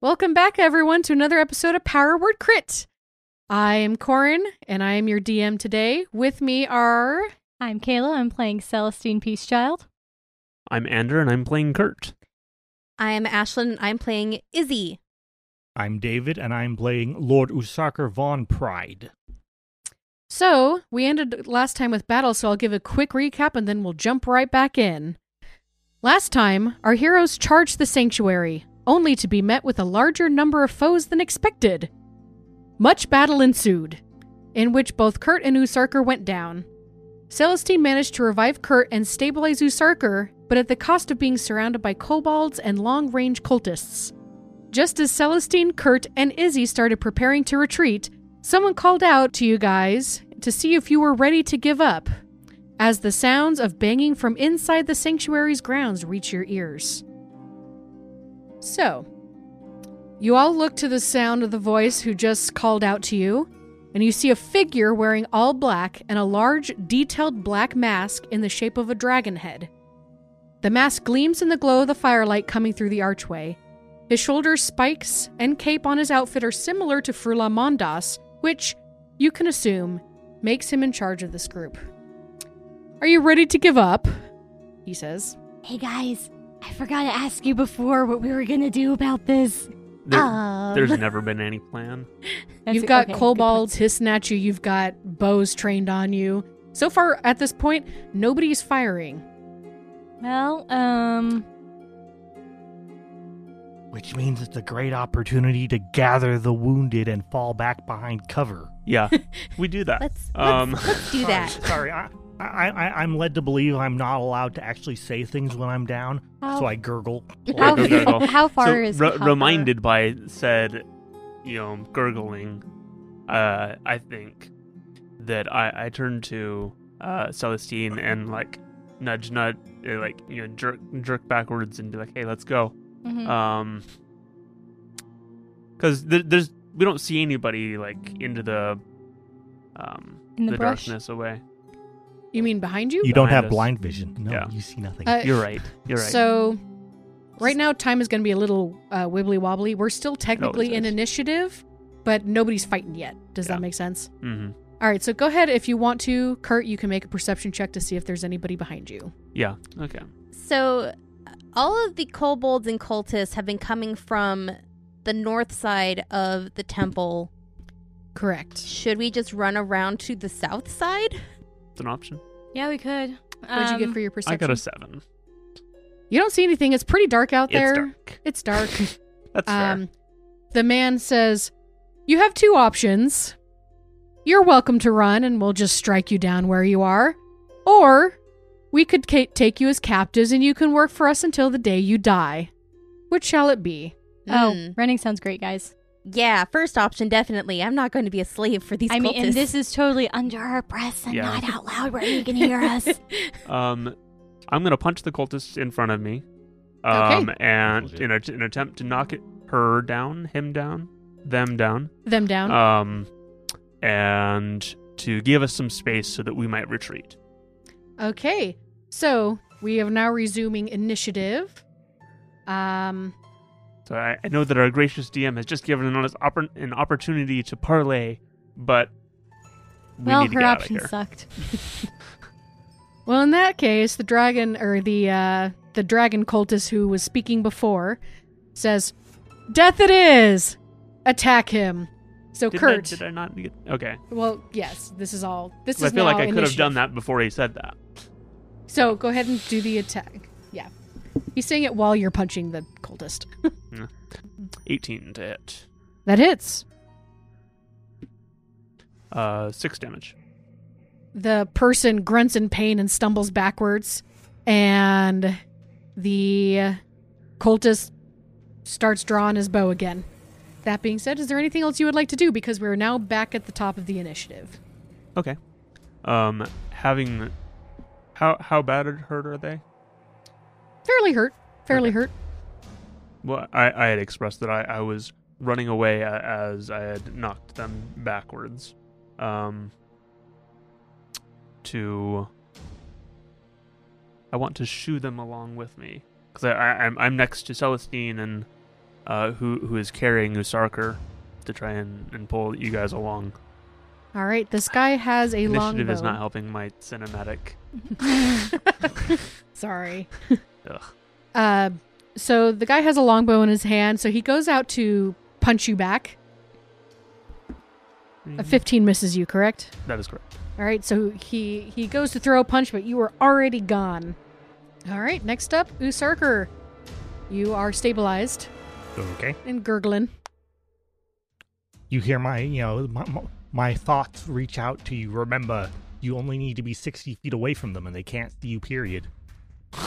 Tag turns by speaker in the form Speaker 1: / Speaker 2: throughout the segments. Speaker 1: Welcome back, everyone, to another episode of Power Word Crit. I am Corin, and I am your DM today. With me are
Speaker 2: I'm Kayla. I'm playing Celestine Peacechild.
Speaker 3: I'm Andrew, and I'm playing Kurt.
Speaker 4: I'm Ashlyn. and I'm playing Izzy.
Speaker 5: I'm David, and I'm playing Lord Usakar Von Pride.
Speaker 1: So, we ended last time with battle, so I'll give a quick recap and then we'll jump right back in. Last time, our heroes charged the sanctuary, only to be met with a larger number of foes than expected. Much battle ensued, in which both Kurt and Usarker went down. Celestine managed to revive Kurt and stabilize Usarker, but at the cost of being surrounded by kobolds and long range cultists. Just as Celestine, Kurt, and Izzy started preparing to retreat, someone called out to you guys to see if you were ready to give up, as the sounds of banging from inside the sanctuary's grounds reach your ears. So, you all look to the sound of the voice who just called out to you, and you see a figure wearing all black and a large, detailed black mask in the shape of a dragon head. The mask gleams in the glow of the firelight coming through the archway. His shoulder spikes and cape on his outfit are similar to Frula Mondas, which, you can assume, makes him in charge of this group. Are you ready to give up? He says.
Speaker 2: Hey guys, I forgot to ask you before what we were gonna do about this.
Speaker 3: There,
Speaker 2: Um.
Speaker 3: There's never been any plan.
Speaker 2: That's-
Speaker 1: you've got
Speaker 2: okay, good
Speaker 1: kobolds
Speaker 2: point.
Speaker 1: hissing at you. You've got bows trained on you. So far, at this point, nobody's firing.
Speaker 2: Well, um,
Speaker 5: Which means it's a great opportunity to gather the wounded and fall back behind cover.
Speaker 3: Yeah, we do that.
Speaker 4: Let's let's,
Speaker 3: Um,
Speaker 4: let's do
Speaker 5: Sorry,
Speaker 4: that.
Speaker 5: Sorry, I, I, I, I'm led to believe I'm not allowed to actually say things when I'm down, so I gurgle.
Speaker 3: How-
Speaker 5: Like,
Speaker 3: gurgle.
Speaker 4: how far
Speaker 3: so,
Speaker 4: is
Speaker 3: re-
Speaker 4: cover?
Speaker 3: reminded by said, you know, gurgling, uh, I think that I I turned to uh, Celestine and like nudge nudge uh, like you know jerk jerk backwards and be like, hey, let's go.
Speaker 1: Mm.
Speaker 2: Mhm.
Speaker 3: Um, because there, there's we don't see anybody like into the um
Speaker 2: In the
Speaker 3: the
Speaker 2: brush?
Speaker 3: darkness away.
Speaker 1: You mean behind you?
Speaker 5: you don't
Speaker 3: Behind
Speaker 5: have
Speaker 3: us.
Speaker 5: blind vision. No,
Speaker 3: Yeah.
Speaker 5: you see nothing.
Speaker 1: Uh,
Speaker 3: You're right. You're right.
Speaker 1: So, right now, time is going to be a little uh, wibbly wobbly. We're still technically in
Speaker 3: is.
Speaker 1: initiative, but nobody's fighting yet. Does
Speaker 3: Yeah.
Speaker 1: that make sense?
Speaker 3: mm-hmm.
Speaker 1: All right, so go ahead. If you want to, Kurt, you can make a perception check to see if there's anybody behind you.
Speaker 3: Yeah. Okay.
Speaker 4: So, all of the kobolds and cultists have been coming from the north side of the temple.
Speaker 1: Correct.
Speaker 4: Should we just run around to the south side?
Speaker 3: It's an option.
Speaker 2: yeah, we could.
Speaker 1: What'd you get
Speaker 2: Um,
Speaker 1: for your
Speaker 3: I
Speaker 1: perception?
Speaker 3: got a seven.
Speaker 1: You don't see anything. It's pretty dark out there.
Speaker 3: It's dark.
Speaker 1: It's dark.
Speaker 3: That's fair.
Speaker 1: um, the man says, "You have two options. You're welcome to run, and we'll just strike you down where you are, or we could ca- take you as captives, and you can work for us until the day you die. Which shall it be?"
Speaker 2: Oh,
Speaker 4: Mm.
Speaker 2: running sounds great, guys.
Speaker 4: yeah. First option, definitely. I'm not going to be a slave for these.
Speaker 2: I mean, and
Speaker 4: cultists.
Speaker 2: this is totally under our breaths and
Speaker 3: Yeah.
Speaker 2: not out loud where you can hear us.
Speaker 3: Um, I'm gonna punch the cultist in front of me,
Speaker 1: Okay.
Speaker 3: um, and
Speaker 5: Bullshit.
Speaker 3: in, a, in an attempt to knock it, her down, him down, them down,
Speaker 1: Them down.
Speaker 3: um, and to give us some space so that we might retreat.
Speaker 1: Okay, so we are now resuming initiative. Um,
Speaker 3: So I, I know that our gracious DM has just given us oppor- an opportunity to parlay, but we
Speaker 2: well,
Speaker 3: need to
Speaker 2: her
Speaker 3: get out of
Speaker 2: option
Speaker 3: here.
Speaker 2: sucked.
Speaker 1: Well, in that case, the dragon or the uh, the dragon cultist who was speaking before says, "Death it is! Attack him!" So
Speaker 3: Did I,
Speaker 1: Kurt.
Speaker 3: did I not get? Okay,
Speaker 1: Well, yes, this is all. This
Speaker 3: I
Speaker 1: is
Speaker 3: feel like
Speaker 1: now
Speaker 3: I could have
Speaker 1: initiative.
Speaker 3: done that before he said that.
Speaker 1: So go ahead and do the attack. Yeah, he's saying it while you're punching the cultist.
Speaker 3: 18 to hit,
Speaker 1: that hits.
Speaker 3: uh, six damage.
Speaker 1: The person grunts in pain and stumbles backwards, and the cultist starts drawing his bow again. That being said, is there anything else you would like to do? Because we're now back at the top of the initiative.
Speaker 3: Okay. Um, having how how battered hurt are they?
Speaker 1: Fairly hurt. Fairly
Speaker 3: Okay.
Speaker 1: hurt.
Speaker 3: Well, I I had expressed that I I was running away a- as I had knocked them backwards. Um. To. I want to shoo them along with me because I, I I'm I'm next to Celestine and uh, who who is carrying Usarker to try and, and pull you guys along.
Speaker 1: All right, this guy has a long
Speaker 3: Initiative is not helping my cinematic.
Speaker 1: Sorry.
Speaker 3: Ugh.
Speaker 1: Uh, so the guy has a longbow in his hand, so he goes out to punch you back.
Speaker 3: Mm-hmm.
Speaker 1: A 15 misses you, correct?
Speaker 3: Mm, That is correct.
Speaker 1: All right, so he he goes to throw a punch, but you were already gone. All right, next up, Usarker. You are stabilized
Speaker 5: Okay.
Speaker 1: and gurgling.
Speaker 5: You hear my, you know, my, my- my thoughts reach out to you. Remember, you only need to be 60 feet away from them and they can't see you, period.
Speaker 2: Do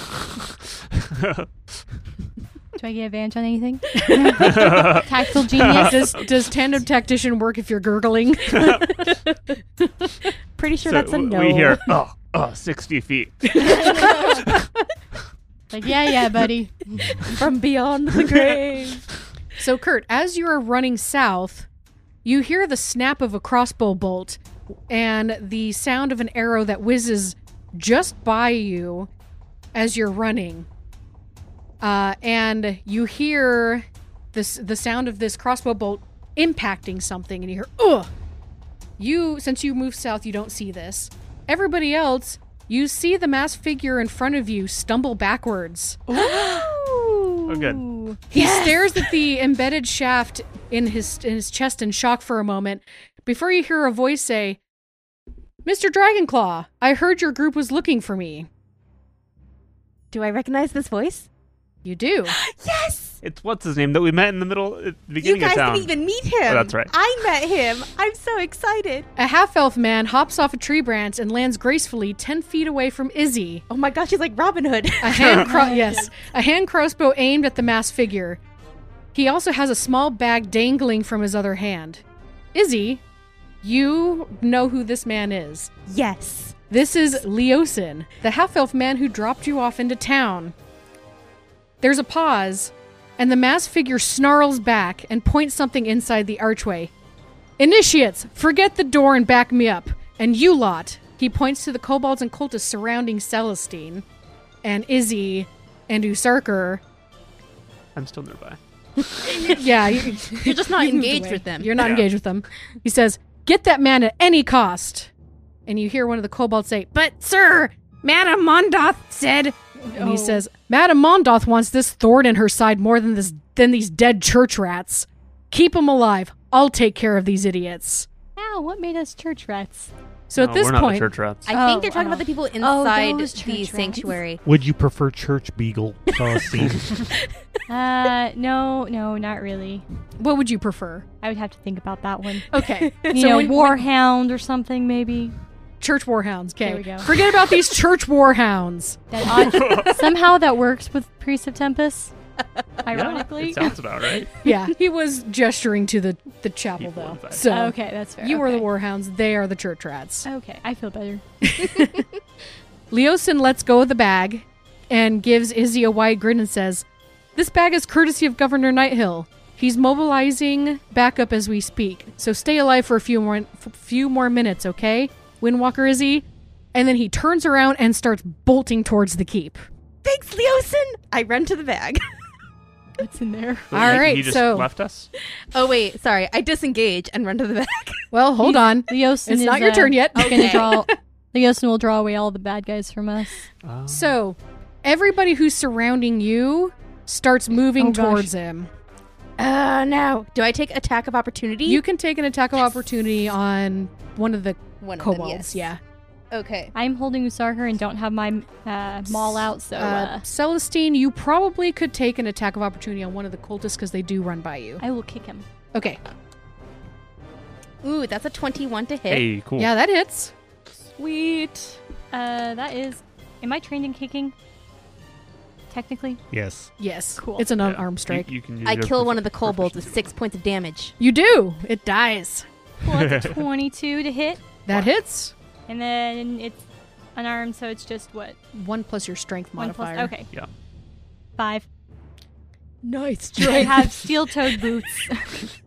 Speaker 2: I get advantage on anything? Tactile genius.
Speaker 1: does does tandem tactician work if you're gurgling?
Speaker 2: Pretty sure
Speaker 3: So
Speaker 2: that's a
Speaker 3: w-
Speaker 2: no.
Speaker 3: We hear, oh, oh, 60 feet.
Speaker 2: Like, yeah, yeah, buddy. From beyond the grave.
Speaker 1: So, Kurt, as you are running south, you hear the snap of a crossbow bolt and the sound of an arrow that whizzes just by you as you're running. Uh, and you hear this the sound of this crossbow bolt impacting something, and you hear, ugh. You, since you move south, you don't see this. Everybody else, you see the masked figure in front of you stumble backwards.
Speaker 3: Oh, good.
Speaker 1: He stares at the embedded shaft in his in his chest in shock for a moment before you hear a voice say, "Mr. Dragonclaw, I heard your group was looking for me."
Speaker 2: Do I recognize this voice?
Speaker 1: You do.
Speaker 6: Yes!
Speaker 3: It's what's his name that we met in the middle, at
Speaker 6: You
Speaker 3: the beginning
Speaker 6: guys
Speaker 3: of town.
Speaker 6: didn't even meet him.
Speaker 3: Oh, that's right.
Speaker 6: I met him. I'm so excited.
Speaker 1: A half-elf man hops off a tree branch and lands gracefully 10 feet away from Izzy.
Speaker 6: Oh my gosh, he's like Robin Hood.
Speaker 1: A hand cro- yes, a hand crossbow aimed at the mass figure. He also has a small bag dangling from his other hand. Izzy, you know who this man is.
Speaker 6: yes.
Speaker 1: This is Leosin, the half elf man who dropped you off into town. There's a pause, and the masked figure snarls back and points something inside the archway. Initiates, forget the door and back me up. And you lot. He points to the kobolds and cultists surrounding Celestine and Izzy and Usarker.
Speaker 3: I'm still nearby.
Speaker 1: Yeah, you-
Speaker 4: You're just not
Speaker 1: moved
Speaker 4: engaged
Speaker 1: away.
Speaker 4: with them.
Speaker 1: You're not
Speaker 3: Yeah.
Speaker 1: engaged with them. He says, "Get that man at any cost." And you hear one of the kobolds say, "But sir, Madame Mondoth said." And
Speaker 2: Oh.
Speaker 1: he says, "Madame Mondoth wants this thorn in her side more than this than these dead church rats. Keep 'em alive. I'll take care of these idiots."
Speaker 2: Ow, what made us church rats?
Speaker 1: So at
Speaker 3: No,
Speaker 1: this
Speaker 3: we're not
Speaker 1: point,
Speaker 3: the church rats.
Speaker 4: I think
Speaker 2: Oh,
Speaker 4: they're talking
Speaker 2: oh.
Speaker 4: about the people
Speaker 2: Oh,
Speaker 4: inside
Speaker 2: those
Speaker 4: the
Speaker 2: church rats.
Speaker 4: sanctuary.
Speaker 5: Would you prefer church beagle, Celestine?
Speaker 2: Uh, no, no, not really.
Speaker 1: what would you prefer?
Speaker 2: I would have to think about that one.
Speaker 1: Okay,
Speaker 2: You
Speaker 1: so
Speaker 2: know,
Speaker 1: when-
Speaker 2: warhound or something maybe.
Speaker 1: church warhounds. Okay,
Speaker 2: There we go.
Speaker 1: forget about these church warhounds.
Speaker 2: That odd, somehow that works with Priest of Tempest. Ironically.
Speaker 3: it sounds about right.
Speaker 1: Yeah, he was gesturing to the the chapel
Speaker 3: People
Speaker 1: though.
Speaker 3: inside.
Speaker 1: So
Speaker 2: okay, that's fair.
Speaker 1: You are the
Speaker 2: okay.
Speaker 1: warhounds. They are the church rats.
Speaker 2: Okay, I feel better.
Speaker 1: Leosin lets go of the bag and gives Izzy a wide grin and says, This bag is courtesy of Governor Nighthill. He's mobilizing backup as we speak. So stay alive for a few more f- few more minutes, okay? Windwalker Izzy. And then he turns around and starts bolting towards the keep.
Speaker 6: Thanks, Leosin. I run to the bag.
Speaker 2: What's in there?
Speaker 3: So
Speaker 1: All
Speaker 3: he-
Speaker 1: right,
Speaker 3: He just
Speaker 1: so-
Speaker 3: left us.
Speaker 6: oh wait, sorry. I disengage and run to the bag.
Speaker 1: Well, hold on.
Speaker 2: Leosin
Speaker 1: It's
Speaker 2: is,
Speaker 1: not your
Speaker 2: uh,
Speaker 1: turn yet.
Speaker 2: Gonna draw. Leosin will draw away all the bad guys from us.
Speaker 1: Oh. So everybody who's surrounding you starts moving
Speaker 2: Oh, gosh.
Speaker 1: towards him.
Speaker 6: Oh
Speaker 4: Uh,
Speaker 6: no. Do I take attack of opportunity?
Speaker 1: You can take an attack of opportunity on one of the
Speaker 4: One of them,
Speaker 1: kobolds.
Speaker 4: yes.
Speaker 1: Yeah.
Speaker 4: Okay.
Speaker 2: I'm holding Usarker and don't have my uh, maul out, so
Speaker 1: Uh,
Speaker 2: uh,
Speaker 1: Celestine, you probably could take an attack of opportunity on one of the cultists because they do run by you.
Speaker 2: I will kick him.
Speaker 1: Okay.
Speaker 4: Ooh, that's a 21 to hit.
Speaker 3: Hey, cool.
Speaker 1: Yeah, that hits.
Speaker 6: sweet.
Speaker 2: Uh, that is. Am I trained in kicking? Technically,
Speaker 5: yes.
Speaker 1: Yes.
Speaker 2: Cool.
Speaker 1: It's an
Speaker 3: Yeah.
Speaker 1: unarmed strike.
Speaker 3: You,
Speaker 1: You,
Speaker 3: you can use
Speaker 4: I
Speaker 3: your
Speaker 4: kill one
Speaker 3: profi-
Speaker 4: of the kobolds with
Speaker 3: proficiency
Speaker 4: six points of damage.
Speaker 1: do. It dies.
Speaker 2: well, it's a 22 to hit,
Speaker 1: That hits.
Speaker 2: and then it's unarmed, so it's just what
Speaker 1: One plus your strength modifier.
Speaker 2: One plus, okay,
Speaker 3: Yeah.
Speaker 2: five.
Speaker 1: Nice
Speaker 2: I have steel-toed boots.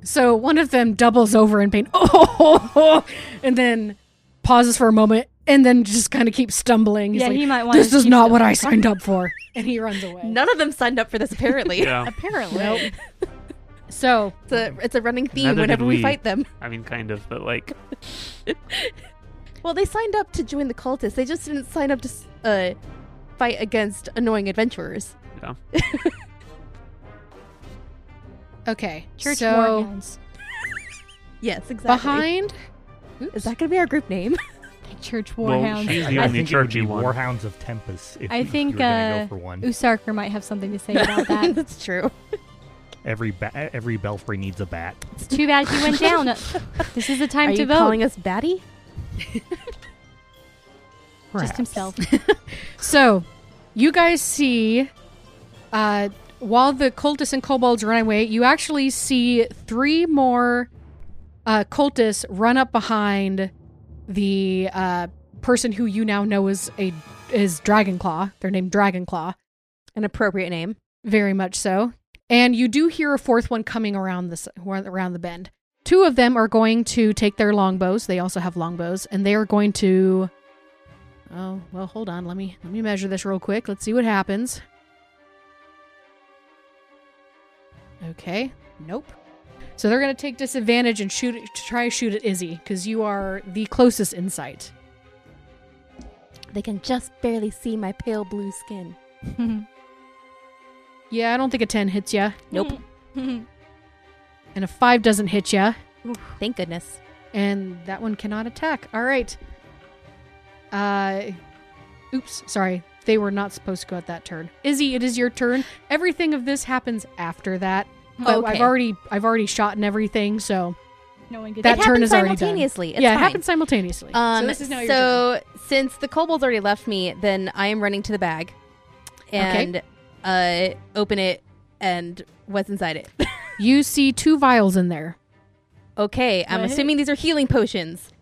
Speaker 1: So one of them doubles over in pain. Oh, and then pauses for a moment and then just kind of keeps stumbling. He's
Speaker 2: Yeah,
Speaker 1: like,
Speaker 2: he might wanna
Speaker 1: This is
Speaker 2: keep
Speaker 1: not what I signed up for. And he runs away.
Speaker 6: None of them signed up for this apparently.
Speaker 3: Yeah.
Speaker 2: Apparently,
Speaker 1: Nope. So
Speaker 6: It's a, it's a running theme
Speaker 3: Neither did
Speaker 6: whenever we.
Speaker 3: we.
Speaker 6: fight them.
Speaker 3: I mean, kind of, but like,
Speaker 6: Well, they signed up to join the cultists. They just didn't sign up to s- uh, fight against annoying adventurers.
Speaker 1: okay,
Speaker 2: Church
Speaker 1: so
Speaker 2: Morgans.
Speaker 6: Yes, exactly.
Speaker 1: behind
Speaker 6: Is that going to be our group name?
Speaker 2: Church
Speaker 3: well,
Speaker 2: Warhounds.
Speaker 3: she's the
Speaker 5: I
Speaker 3: only
Speaker 5: think it would
Speaker 3: churchy
Speaker 5: be
Speaker 3: one.
Speaker 5: Warhounds of Tempest. If
Speaker 2: I
Speaker 5: you
Speaker 2: think,
Speaker 5: were gonna
Speaker 2: uh,
Speaker 5: go for one.
Speaker 2: Usarker might have something to say about that.
Speaker 6: That's true.
Speaker 5: Every ba- every belfry needs a bat.
Speaker 2: it's too bad you went down. Uh, This is the time
Speaker 6: Are
Speaker 2: to
Speaker 6: you
Speaker 2: vote.
Speaker 6: calling us Batty?
Speaker 5: Perhaps.
Speaker 2: Just himself.
Speaker 1: So, you guys see, uh, while the cultists and kobolds run away, you actually see three more uh, cultists run up behind the uh, person who you now know is a is Dragonclaw. They're named Dragonclaw,
Speaker 6: An appropriate name.
Speaker 1: very much so. And you do hear a fourth one coming around this around the bend. Two of them are going to take their longbows. They also have longbows, and they are going to. Oh well, hold on. Let me let me measure this real quick. Let's see what happens. Okay. Nope. So they're going to take disadvantage and shoot to try to shoot at Izzy because you are the closest in sight.
Speaker 6: They can just barely see my pale blue skin.
Speaker 1: Yeah, I don't think a ten hits ya,
Speaker 4: Nope.
Speaker 1: and a five doesn't hit ya.
Speaker 4: Thank goodness.
Speaker 1: and that one cannot attack. All right. Uh, oops, sorry. They were not supposed to go at that turn. Izzy, it is your turn. Everything of this happens after that. But I've
Speaker 4: Okay.
Speaker 1: already I've already shot and everything, so
Speaker 2: no one gets
Speaker 1: That
Speaker 4: it
Speaker 1: turn
Speaker 4: happened
Speaker 1: is already done.
Speaker 4: simultaneously. It's
Speaker 1: yeah, it
Speaker 4: fine.
Speaker 1: happens simultaneously.
Speaker 4: Um,
Speaker 1: so this is now your turn.
Speaker 4: so since the kobold's already left me, then I am running to the bag and uh, open it and what's inside it.
Speaker 1: You see two vials in there.
Speaker 4: okay, I'm
Speaker 2: What?
Speaker 4: assuming these are healing potions.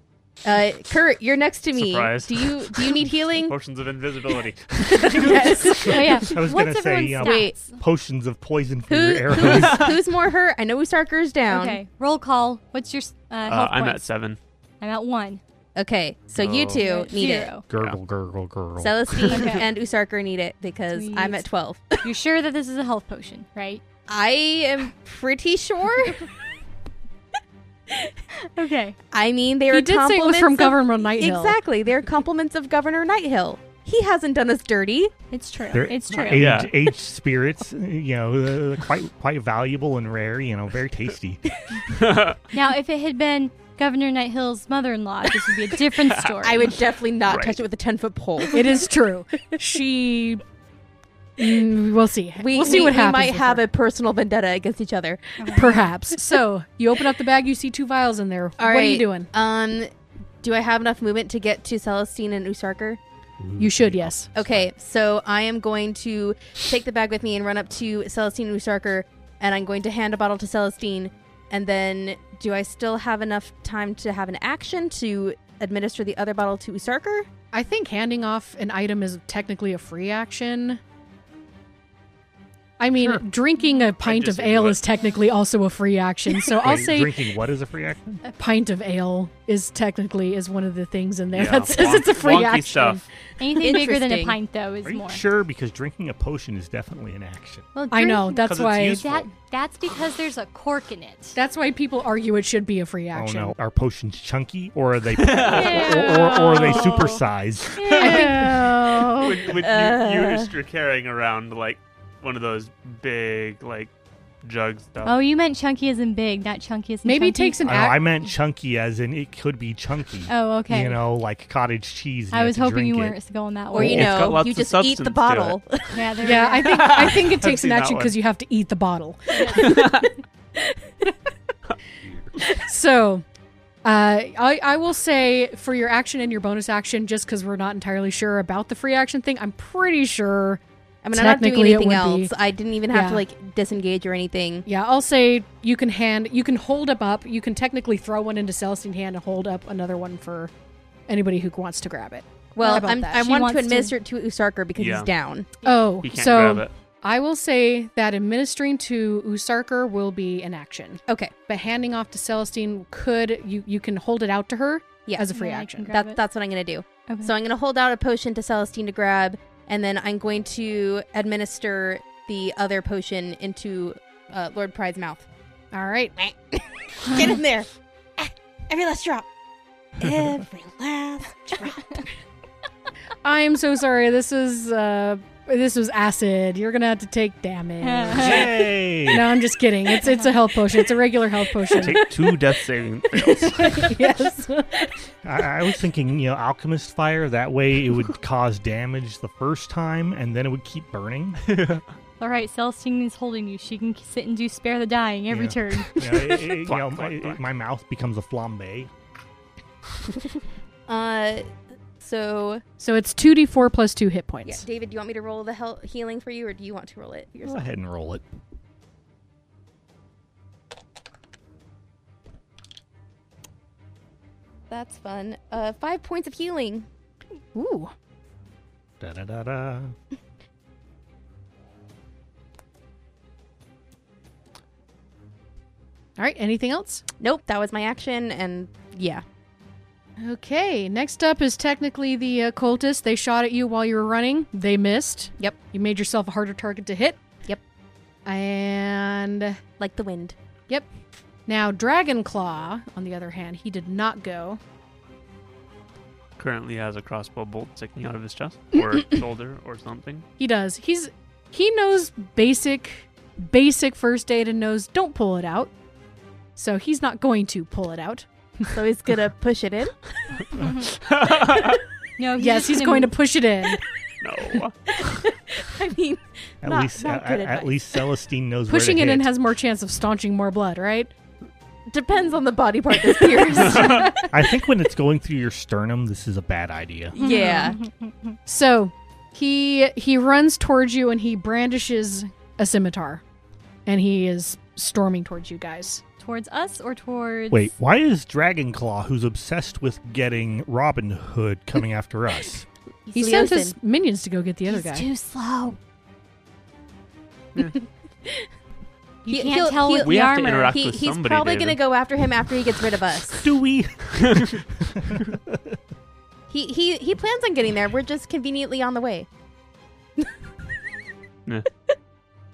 Speaker 4: Uh, Kurt, you're next to me.
Speaker 3: Surprise.
Speaker 4: Do you do you need healing?
Speaker 3: Portions of invisibility.
Speaker 4: yes.
Speaker 2: Oh, yeah.
Speaker 5: I was
Speaker 2: What's
Speaker 5: gonna say,
Speaker 2: everyone's
Speaker 5: you know,
Speaker 2: stats?
Speaker 4: Wait,
Speaker 5: Potions of poison for
Speaker 4: who,
Speaker 5: your arrows.
Speaker 4: who's, who's more hurt? I know Usarker's down. Okay,
Speaker 2: Okay, roll call. What's your s- uh,
Speaker 3: Uh,
Speaker 2: health
Speaker 3: I'm at
Speaker 2: points?
Speaker 3: seven.
Speaker 2: I'm at one.
Speaker 4: so you
Speaker 3: Oh.
Speaker 4: two
Speaker 2: You're at
Speaker 4: need it.
Speaker 2: zero.
Speaker 5: gurgle, gurgle, gurgle.
Speaker 4: Celestine
Speaker 2: Okay.
Speaker 4: and Usarker need it because I'm
Speaker 2: Sweet.
Speaker 4: at twelve.
Speaker 2: You're sure that this is a health potion, right?
Speaker 4: I am pretty sure.
Speaker 2: Okay.
Speaker 4: I mean, they are
Speaker 1: He did say it was
Speaker 4: compliments
Speaker 1: from
Speaker 4: of-
Speaker 1: Governor Night Hill.
Speaker 4: Exactly. They're compliments of Governor Nighthill. He hasn't done us dirty.
Speaker 2: It's true.
Speaker 5: They're
Speaker 2: it's true.
Speaker 5: Aged,
Speaker 3: Yeah.
Speaker 5: aged spirits, you know, uh, quite quite valuable and rare. You know, very tasty.
Speaker 2: Now, if it had been Governor Night Hill's mother-in-law, this would be a different story.
Speaker 6: I would definitely not
Speaker 3: Right.
Speaker 6: touch it with a 10 foot pole.
Speaker 1: It is true. She Mm, we'll see.
Speaker 6: We,
Speaker 1: will see
Speaker 6: we,
Speaker 1: what
Speaker 6: we
Speaker 1: happens.
Speaker 6: might
Speaker 1: with
Speaker 6: have
Speaker 1: her.
Speaker 6: a personal vendetta against each other.
Speaker 1: perhaps. So you open up the bag, you see two vials in there.
Speaker 4: All
Speaker 1: what are you
Speaker 4: right.
Speaker 1: doing?
Speaker 4: Um, do I have enough movement to get to Celestine and Usarker?
Speaker 1: You should, yes.
Speaker 4: Okay, so I am going to take the bag with me and run up to Celestine and Usarker, and I'm going to hand a bottle to Celestine. And then, do I still have enough time to have an action to administer the other bottle to Usarker?
Speaker 1: I think handing off an item is technically a free action. I mean,
Speaker 5: Sure.
Speaker 1: drinking a pint
Speaker 3: just
Speaker 1: of ale
Speaker 3: do it.
Speaker 1: is technically also a free action. So I'll
Speaker 5: Wait,
Speaker 1: say
Speaker 5: drinking what is a free action?
Speaker 1: a pint of ale is technically is one of the things in there
Speaker 3: Yeah,
Speaker 1: that says
Speaker 3: wonk-
Speaker 1: it's a free
Speaker 3: wonky
Speaker 1: action.
Speaker 3: stuff.
Speaker 2: Anything bigger than a
Speaker 4: Interesting.
Speaker 2: pint, though, is
Speaker 5: Are you
Speaker 2: more.
Speaker 5: sure? Because drinking a potion is definitely an action.
Speaker 2: Well,
Speaker 1: I know.
Speaker 2: drink-
Speaker 1: That's
Speaker 3: 'Cause it's
Speaker 1: why
Speaker 3: useful.
Speaker 2: that that's because there's a cork in it.
Speaker 1: that's why people argue it should be a free action.
Speaker 5: Oh no, are potions chunky or are they or, or, or are they supersized?
Speaker 1: Ew.
Speaker 3: Would, would you, you just- you're carrying around like one of those big like jug stuff.
Speaker 2: Oh, you meant chunky as in big, not chunky as in
Speaker 1: Maybe
Speaker 2: chunky?
Speaker 1: it takes
Speaker 5: I,
Speaker 1: an
Speaker 5: know, I
Speaker 1: act.
Speaker 5: meant chunky as in it could be chunky.
Speaker 2: Oh, okay.
Speaker 5: You know, like cottage cheese. and
Speaker 2: I
Speaker 5: have
Speaker 2: was
Speaker 5: to
Speaker 2: hoping
Speaker 5: drink
Speaker 2: you
Speaker 5: it.
Speaker 2: weren't going that
Speaker 4: Or
Speaker 2: way.
Speaker 4: you
Speaker 3: It's got
Speaker 4: know,
Speaker 3: lots
Speaker 4: you
Speaker 3: of
Speaker 4: just eat
Speaker 3: substance to
Speaker 4: the
Speaker 3: it.
Speaker 4: bottle.
Speaker 2: yeah, there
Speaker 1: Yeah, I think I think it
Speaker 3: I've
Speaker 1: takes an
Speaker 3: seen that
Speaker 1: action
Speaker 3: one.
Speaker 1: because you have to eat the bottle. so, uh, I I will say for your action and your bonus action, just because we're not entirely sure about the free action thing, I'm pretty sure.
Speaker 4: I mean, I'm not doing
Speaker 1: Technically, it
Speaker 4: anything
Speaker 1: would be-
Speaker 4: else. I didn't even have
Speaker 1: Yeah.
Speaker 4: to like disengage or anything.
Speaker 1: Yeah, I'll say you can hand, you can hold up up. You can technically throw one into Celestine's hand and hold up another one for anybody who wants to grab it. How
Speaker 4: Well,
Speaker 1: about
Speaker 4: I'm,
Speaker 1: that?
Speaker 4: I
Speaker 2: She
Speaker 4: want
Speaker 2: wants
Speaker 4: to
Speaker 2: to-
Speaker 4: administer it to Usarker because
Speaker 3: Yeah.
Speaker 4: he's down.
Speaker 1: Oh,
Speaker 3: He can't
Speaker 1: so
Speaker 3: grab it.
Speaker 1: I will say that administering to Usarker will be an action.
Speaker 4: Okay,
Speaker 1: but handing off to Celestine could you you can hold it out to her
Speaker 4: Yeah.
Speaker 1: as a free
Speaker 2: Yeah, I
Speaker 1: action.
Speaker 2: can grab
Speaker 4: that,
Speaker 2: it.
Speaker 4: that's what I'm gonna do.
Speaker 1: Mm-hmm.
Speaker 2: Okay.
Speaker 4: So I'm gonna hold out a potion to Celestine to grab, and then I'm going to administer the other potion into uh, Lord Pride's mouth.
Speaker 1: All right.
Speaker 4: Get in there. Ah, Every last drop. Every last drop.
Speaker 1: I'm so sorry. This is uh this was acid. You're gonna have to take damage.
Speaker 5: Yay!
Speaker 1: no, I'm just kidding. It's it's a health potion. It's a regular health potion.
Speaker 3: Take two death saving fails.
Speaker 1: yes.
Speaker 5: I, I was thinking, you know, alchemist fire. That way, it would cause damage the first time, and then it would keep burning.
Speaker 2: All right, Celestine is holding you. She can sit and do spare the dying every
Speaker 5: Yeah.
Speaker 2: turn.
Speaker 5: You know, it- it- you
Speaker 3: Clack,
Speaker 5: know,
Speaker 3: clack,
Speaker 5: my, it-
Speaker 3: clack.
Speaker 5: my mouth becomes a flambe.
Speaker 4: Uh, so
Speaker 1: So it's two d four plus two hit points.
Speaker 4: yeah, David, do you want me to roll the hel- healing for you, or do you want to roll it
Speaker 5: Go
Speaker 4: yourself?
Speaker 5: ahead and roll it.
Speaker 4: That's fun. Uh, five points of healing.
Speaker 1: Ooh.
Speaker 5: Da da da da.
Speaker 1: All right. Anything else?
Speaker 4: Nope, that was my action, and yeah.
Speaker 1: Okay. Next up is technically the uh, cultist. They shot at you while you were running. They missed.
Speaker 4: Yep.
Speaker 1: You made yourself a harder target to hit.
Speaker 4: Yep.
Speaker 1: And
Speaker 4: Like the wind.
Speaker 1: yep. Now Dragonclaw, on the other hand, he did not go.
Speaker 3: Currently has a crossbow bolt sticking out of his chest or shoulder or something.
Speaker 1: He does. He's he knows basic basic first aid and knows don't pull it out. So he's not going to pull it out.
Speaker 4: So he's gonna push it in.
Speaker 2: No,
Speaker 1: yes,
Speaker 2: he's just
Speaker 1: he's
Speaker 2: gonna
Speaker 1: going to
Speaker 2: move-
Speaker 1: push it in.
Speaker 3: No.
Speaker 4: I mean,
Speaker 5: At
Speaker 4: Not-
Speaker 5: least,
Speaker 4: not
Speaker 5: at-
Speaker 4: good
Speaker 5: at,
Speaker 4: advice.
Speaker 5: least Celestine knows
Speaker 1: Pushing
Speaker 5: where
Speaker 1: it
Speaker 5: to
Speaker 1: in
Speaker 5: hit.
Speaker 1: has more chance of staunching more blood, right?
Speaker 4: depends on the body part that's pierced.
Speaker 5: I think when it's going through your sternum, this is a bad idea.
Speaker 4: yeah.
Speaker 1: So he he runs towards you and he brandishes a scimitar. And he is storming towards you guys.
Speaker 2: towards us or towards.
Speaker 5: Wait, why is Dragonclaw, who's obsessed with getting Robin Hood, coming after us?
Speaker 1: He sent his minions to go get the other
Speaker 2: He's
Speaker 1: guy.
Speaker 2: too slow. You
Speaker 3: Yeah.
Speaker 4: He-
Speaker 2: can't
Speaker 4: he'll-
Speaker 2: tell
Speaker 4: he'll-
Speaker 2: with
Speaker 3: We
Speaker 2: the
Speaker 3: have to
Speaker 2: armor.
Speaker 3: interact- Back
Speaker 4: He,
Speaker 3: with
Speaker 4: he's
Speaker 3: somebody,
Speaker 4: probably
Speaker 3: David.
Speaker 4: gonna go after him after he gets rid of us.
Speaker 5: Do we?
Speaker 4: he he he plans on getting there. We're just conveniently on the way.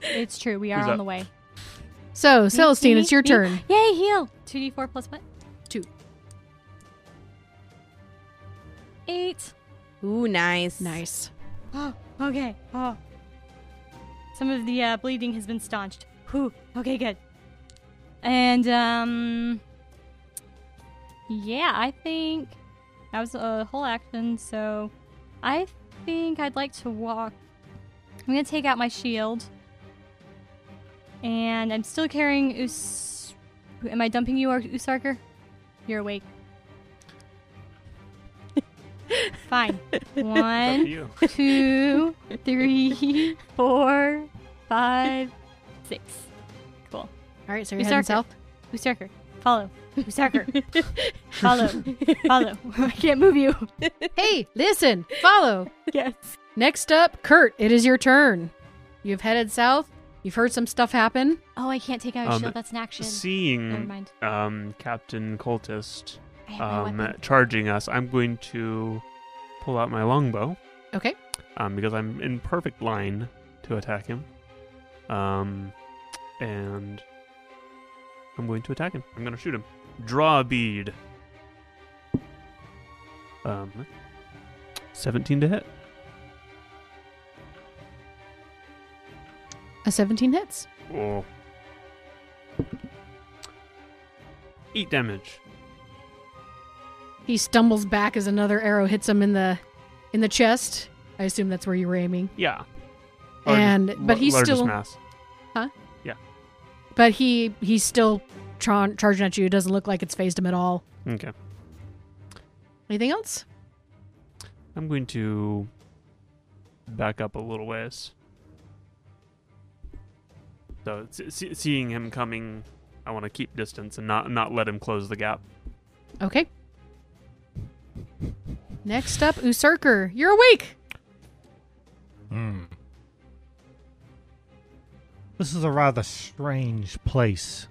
Speaker 2: It's true. We
Speaker 3: Who's
Speaker 2: are on
Speaker 3: up?
Speaker 2: the way.
Speaker 1: So, Celestine,
Speaker 2: Me,
Speaker 1: it's your
Speaker 2: me.
Speaker 1: turn.
Speaker 2: Yay, heal. 2d4 plus what?
Speaker 1: Two.
Speaker 2: Eight.
Speaker 4: Ooh, nice,
Speaker 1: Nice.
Speaker 2: Oh, okay. Oh. Some of the uh, bleeding has been staunched. Whew. Okay, good. And, um. Yeah, I think. That was a whole action, so. I think I'd like to walk. I'm going to take out my shield. And I'm still carrying Us. Am I dumping you, or Usarker? You're awake. Fine.
Speaker 3: Up
Speaker 2: One
Speaker 3: to you.
Speaker 2: two, three, four, five, six. Cool.
Speaker 1: All right, so you're
Speaker 2: Who's
Speaker 1: heading
Speaker 2: darker?
Speaker 1: south.
Speaker 2: Usarker, follow. Usarker, follow. Follow. I can't move you.
Speaker 1: Hey, listen, follow.
Speaker 2: Yes.
Speaker 1: Next up, Kurt, it is your turn. You've headed south. You've heard some stuff happen.
Speaker 2: Oh, I can't take out a
Speaker 3: Um,
Speaker 2: shield. That's an action. Never
Speaker 3: Seeing
Speaker 2: mind.
Speaker 3: um, Captain Cultist
Speaker 2: I have my
Speaker 3: um,
Speaker 2: weapon.
Speaker 3: charging us, I'm going to pull out my longbow
Speaker 1: Okay.
Speaker 3: um, because I'm in perfect line to attack him. Um, and I'm going to attack him. I'm going to shoot him. Draw a bead. Um, 17 to hit.
Speaker 1: A 17 hits.
Speaker 3: Oh. Eight damage.
Speaker 1: He stumbles back as another arrow hits him in the in the chest. I assume that's where you were aiming.
Speaker 3: Yeah.
Speaker 1: And- but
Speaker 3: la-
Speaker 1: he's
Speaker 3: largest
Speaker 1: still-
Speaker 3: mass.
Speaker 1: But he he's still tra- charging at you. It doesn't look like it's phased him at all.
Speaker 3: Okay.
Speaker 1: Anything else?
Speaker 3: I'm going to back up a little ways. So se- se- seeing him coming, I want to keep distance and not not let him close the gap.
Speaker 1: Okay. Next up, Usurker. You're awake.
Speaker 5: Hmm. This is a rather strange place.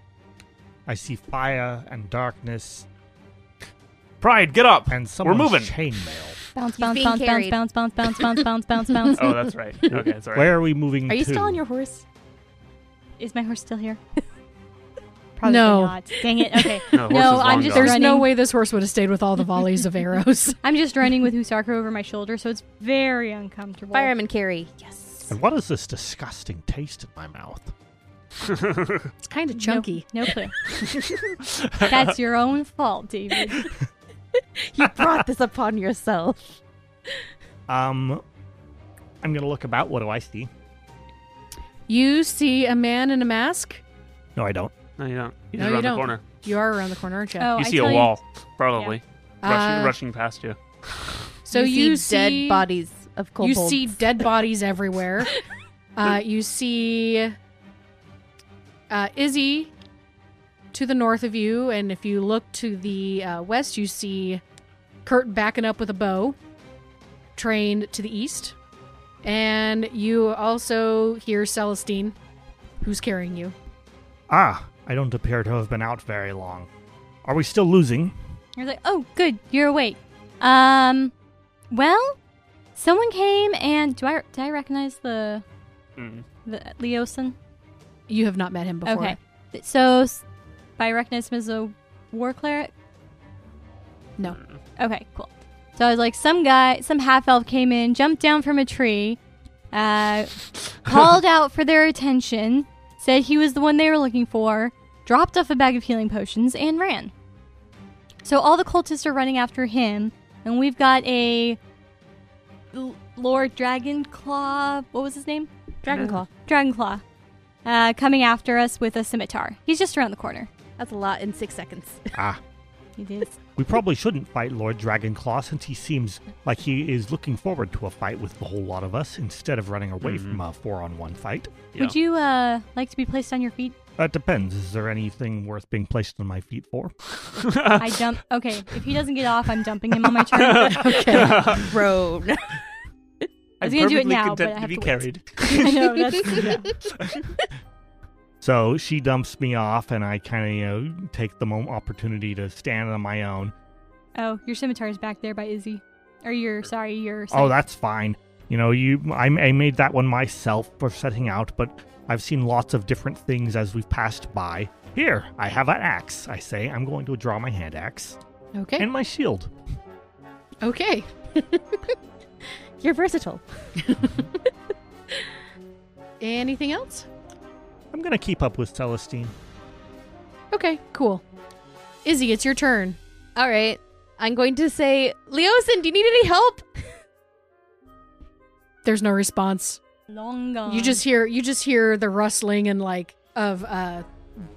Speaker 5: I see fire and darkness
Speaker 3: Pride, get up!
Speaker 5: and someone's
Speaker 3: moving.
Speaker 5: chainmail.
Speaker 2: Bounce,
Speaker 4: He's
Speaker 2: bounce,
Speaker 4: being
Speaker 2: bounce, bounce,
Speaker 4: carried.
Speaker 2: bounce, bounce, bounce, bounce, bounce, bounce, bounce.
Speaker 3: oh, that's right. Okay, sorry.
Speaker 5: Where are we moving
Speaker 4: Are you
Speaker 5: to?
Speaker 4: still on your horse?
Speaker 2: Is my horse still here? Probably
Speaker 1: No.
Speaker 2: not. Dang it. Okay.
Speaker 3: No, the horse
Speaker 2: No,
Speaker 3: is
Speaker 2: I'm
Speaker 3: long
Speaker 2: just
Speaker 3: gone.
Speaker 1: There's no
Speaker 2: running.
Speaker 1: way this horse would have stayed with all the volleys of arrows.
Speaker 2: I'm just running with Husarka over my shoulder, so it's very uncomfortable.
Speaker 4: Fireman Carrie.
Speaker 5: And what is this disgusting taste in my mouth?
Speaker 1: It's kind of
Speaker 2: No-
Speaker 1: chunky.
Speaker 2: No, clue. That's your own fault, David.
Speaker 6: You brought this upon yourself.
Speaker 5: Um, I'm gonna look about. What do I see?
Speaker 1: You see a man in a mask.
Speaker 5: No, I don't.
Speaker 3: no, you don't. He's
Speaker 1: No, you
Speaker 3: around the
Speaker 1: don't.
Speaker 3: corner.
Speaker 1: You are around the corner, aren't you?
Speaker 2: Oh, I
Speaker 3: you see
Speaker 2: tell
Speaker 3: a wall, probably
Speaker 1: Uh,
Speaker 3: rushing, rushing past you.
Speaker 1: So you, see-
Speaker 6: dead bodies of kobolds.
Speaker 1: You see dead bodies everywhere. uh, you see uh, Izzy to the north of you, and if you look to the uh, west, you see Kurt backing up with a bow, trained to the east, and you also hear Celestine, who's carrying you.
Speaker 5: Ah, I don't appear to have been out very long. Are we still losing?
Speaker 2: You're like, oh, good, you're awake. Um, well, someone came and do I did I recognize the
Speaker 3: Mm.
Speaker 2: the Leosin?
Speaker 1: You have not met him before.
Speaker 2: Okay, Th- so s- I recognize him as a war cleric.
Speaker 1: No.
Speaker 2: Okay, cool. So I was like, some guy, some half elf came in, jumped down from a tree, uh, called out for their attention, said he was the one they were looking for, dropped off a bag of healing potions, and ran. So all the cultists are running after him, and we've got a L- Lord Dragonclaw. What was his name?
Speaker 4: Dragonclaw.
Speaker 2: Dragonclaw. Uh, coming after us with a scimitar. He's just around the corner.
Speaker 4: That's a lot in six seconds.
Speaker 5: ah,
Speaker 2: He did.
Speaker 5: we probably shouldn't fight Lord Dragonclaw since he seems like he is looking forward to a fight with a whole lot of us instead of running away
Speaker 3: Mhm.
Speaker 5: from a four-on-one fight.
Speaker 3: Yeah.
Speaker 2: Would you uh, like to be placed on your feet?
Speaker 5: That depends. Is there anything worth being placed on my feet for?
Speaker 2: I dump. Okay, if he doesn't get off, I'm dumping him on my turn.
Speaker 4: Bro.
Speaker 2: I was
Speaker 3: I'm
Speaker 2: gonna do it
Speaker 3: perfectly
Speaker 2: now, but
Speaker 3: content
Speaker 2: I
Speaker 3: to
Speaker 2: have
Speaker 3: be
Speaker 2: to wait.
Speaker 3: carried.
Speaker 2: I know that's
Speaker 5: So she dumps me off, and I kind of you know take the moment opportunity to stand on my own.
Speaker 2: Oh, your scimitar is back there by Izzy. Or your sorry, your
Speaker 5: Oh, that's fine. You know, you I, I made that one myself for setting out, but I've seen lots of different things as we've passed by. Here, I have an axe. I say I'm going to draw my hand axe
Speaker 1: Okay.
Speaker 5: and my shield.
Speaker 1: okay.
Speaker 4: You're versatile.
Speaker 1: Anything else?
Speaker 5: I'm gonna keep up with Celestine.
Speaker 1: Okay. Cool. Izzy, it's your turn.
Speaker 4: All right. I'm going to say, Leosin, do you need any help?
Speaker 1: There's no response.
Speaker 2: long gone.
Speaker 1: You just hear you just hear the rustling and like of uh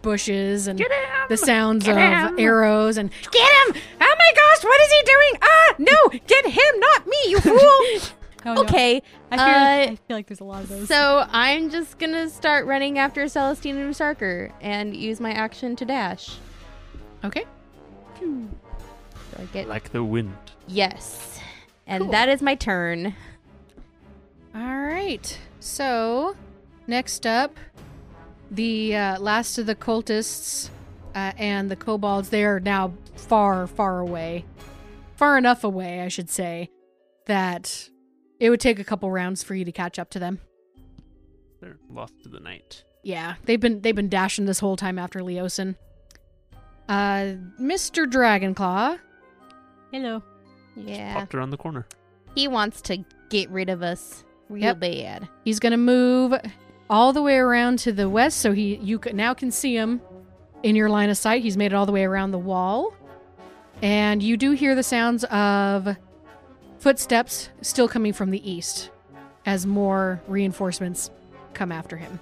Speaker 1: bushes and the sounds of arrows and get him! Oh my gosh, what is he doing? Ah, no, get him, not me, you fool!
Speaker 2: Oh, no.
Speaker 4: Okay.
Speaker 2: I feel,
Speaker 4: uh,
Speaker 2: I feel like there's a lot of those.
Speaker 4: So I'm just going to start running after Celestine and Usarker and use my action to dash.
Speaker 1: okay,
Speaker 4: So I get.
Speaker 3: Like the wind.
Speaker 4: Yes. And
Speaker 1: Cool.
Speaker 4: that is my turn.
Speaker 1: all right. So next up, the uh, last of the cultists uh, and the kobolds. They are now far, far away, far enough away, I should say, that it would take a couple rounds for you to catch up to them.
Speaker 3: They're lost to the night.
Speaker 1: Yeah, they've been they've been dashing this whole time after Leosin. Uh, Mr. Dragonclaw.
Speaker 2: Hello.
Speaker 4: Yeah.
Speaker 3: Popped around the corner.
Speaker 4: He wants to get rid of us real
Speaker 1: Yep.
Speaker 4: bad.
Speaker 1: He's gonna move all the way around to the west, so he you c- now can see him in your line of sight. He's made it all the way around the wall, and you do hear the sounds of footsteps still coming from the east as more reinforcements come after him.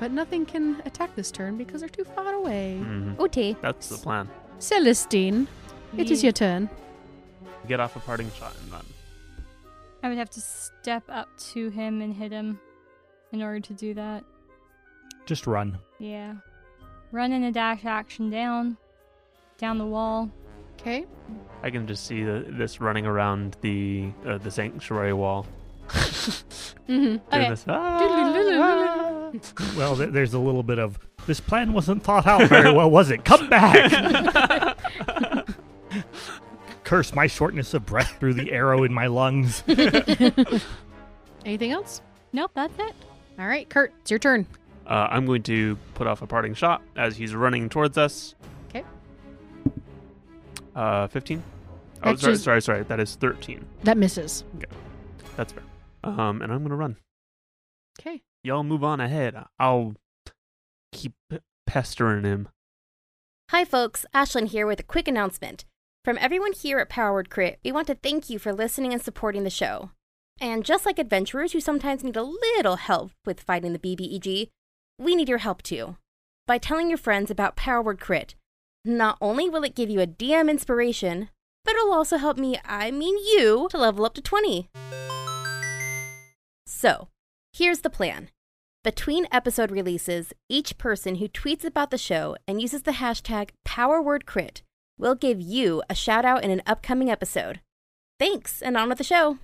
Speaker 1: But nothing can attack this turn because they're too far away.
Speaker 3: Mhm.
Speaker 4: OT.
Speaker 3: That's the plan.
Speaker 1: Celestine, it is
Speaker 2: Me.
Speaker 1: your turn.
Speaker 3: Get off a parting shot and run.
Speaker 2: I would have to step up to him and hit him in order to do that.
Speaker 5: Just run.
Speaker 2: Yeah. Run in a dash action down. Down the wall.
Speaker 1: Okay.
Speaker 3: I can just see the, this running around the uh, the sanctuary wall.
Speaker 1: Mm-hmm.
Speaker 3: Doing
Speaker 2: Okay.
Speaker 3: this, "Ah,
Speaker 1: Doodle-doodle-doodle-doodle."
Speaker 5: Well, th- there's a little bit of this plan wasn't thought out very well, was it? Come back! Curse my shortness of breath through the arrow in my lungs.
Speaker 1: Anything else?
Speaker 2: Nope, that's it.
Speaker 1: All right, Kurt, it's your turn.
Speaker 3: Uh, I'm going to put off a parting shot as he's running towards us.
Speaker 1: 'Kay.
Speaker 3: Uh, 15. Oh,
Speaker 1: That's
Speaker 3: sorry,
Speaker 1: just-
Speaker 3: sorry, sorry. That is 13.
Speaker 1: That misses.
Speaker 3: That's fair. Um, and I'm gonna run.
Speaker 1: Okay.
Speaker 3: Y'all move on ahead. I'll keep pestering him.
Speaker 7: Hi, folks. Ashlyn here with a quick announcement. From everyone here at Powered Crit, we want to thank you for listening and supporting the show. And just like adventurers who sometimes need a little help with fighting the BBEG, we need your help too. By telling your friends about Powered Crit, not only will it give you a DM inspiration, but it'll also help me, I mean you, to level up to 20. So, here's the plan. Between episode releases, each person who tweets about the show and uses the hashtag PowerWordCrit will give you a shout out in an upcoming episode. Thanks, and on with the show.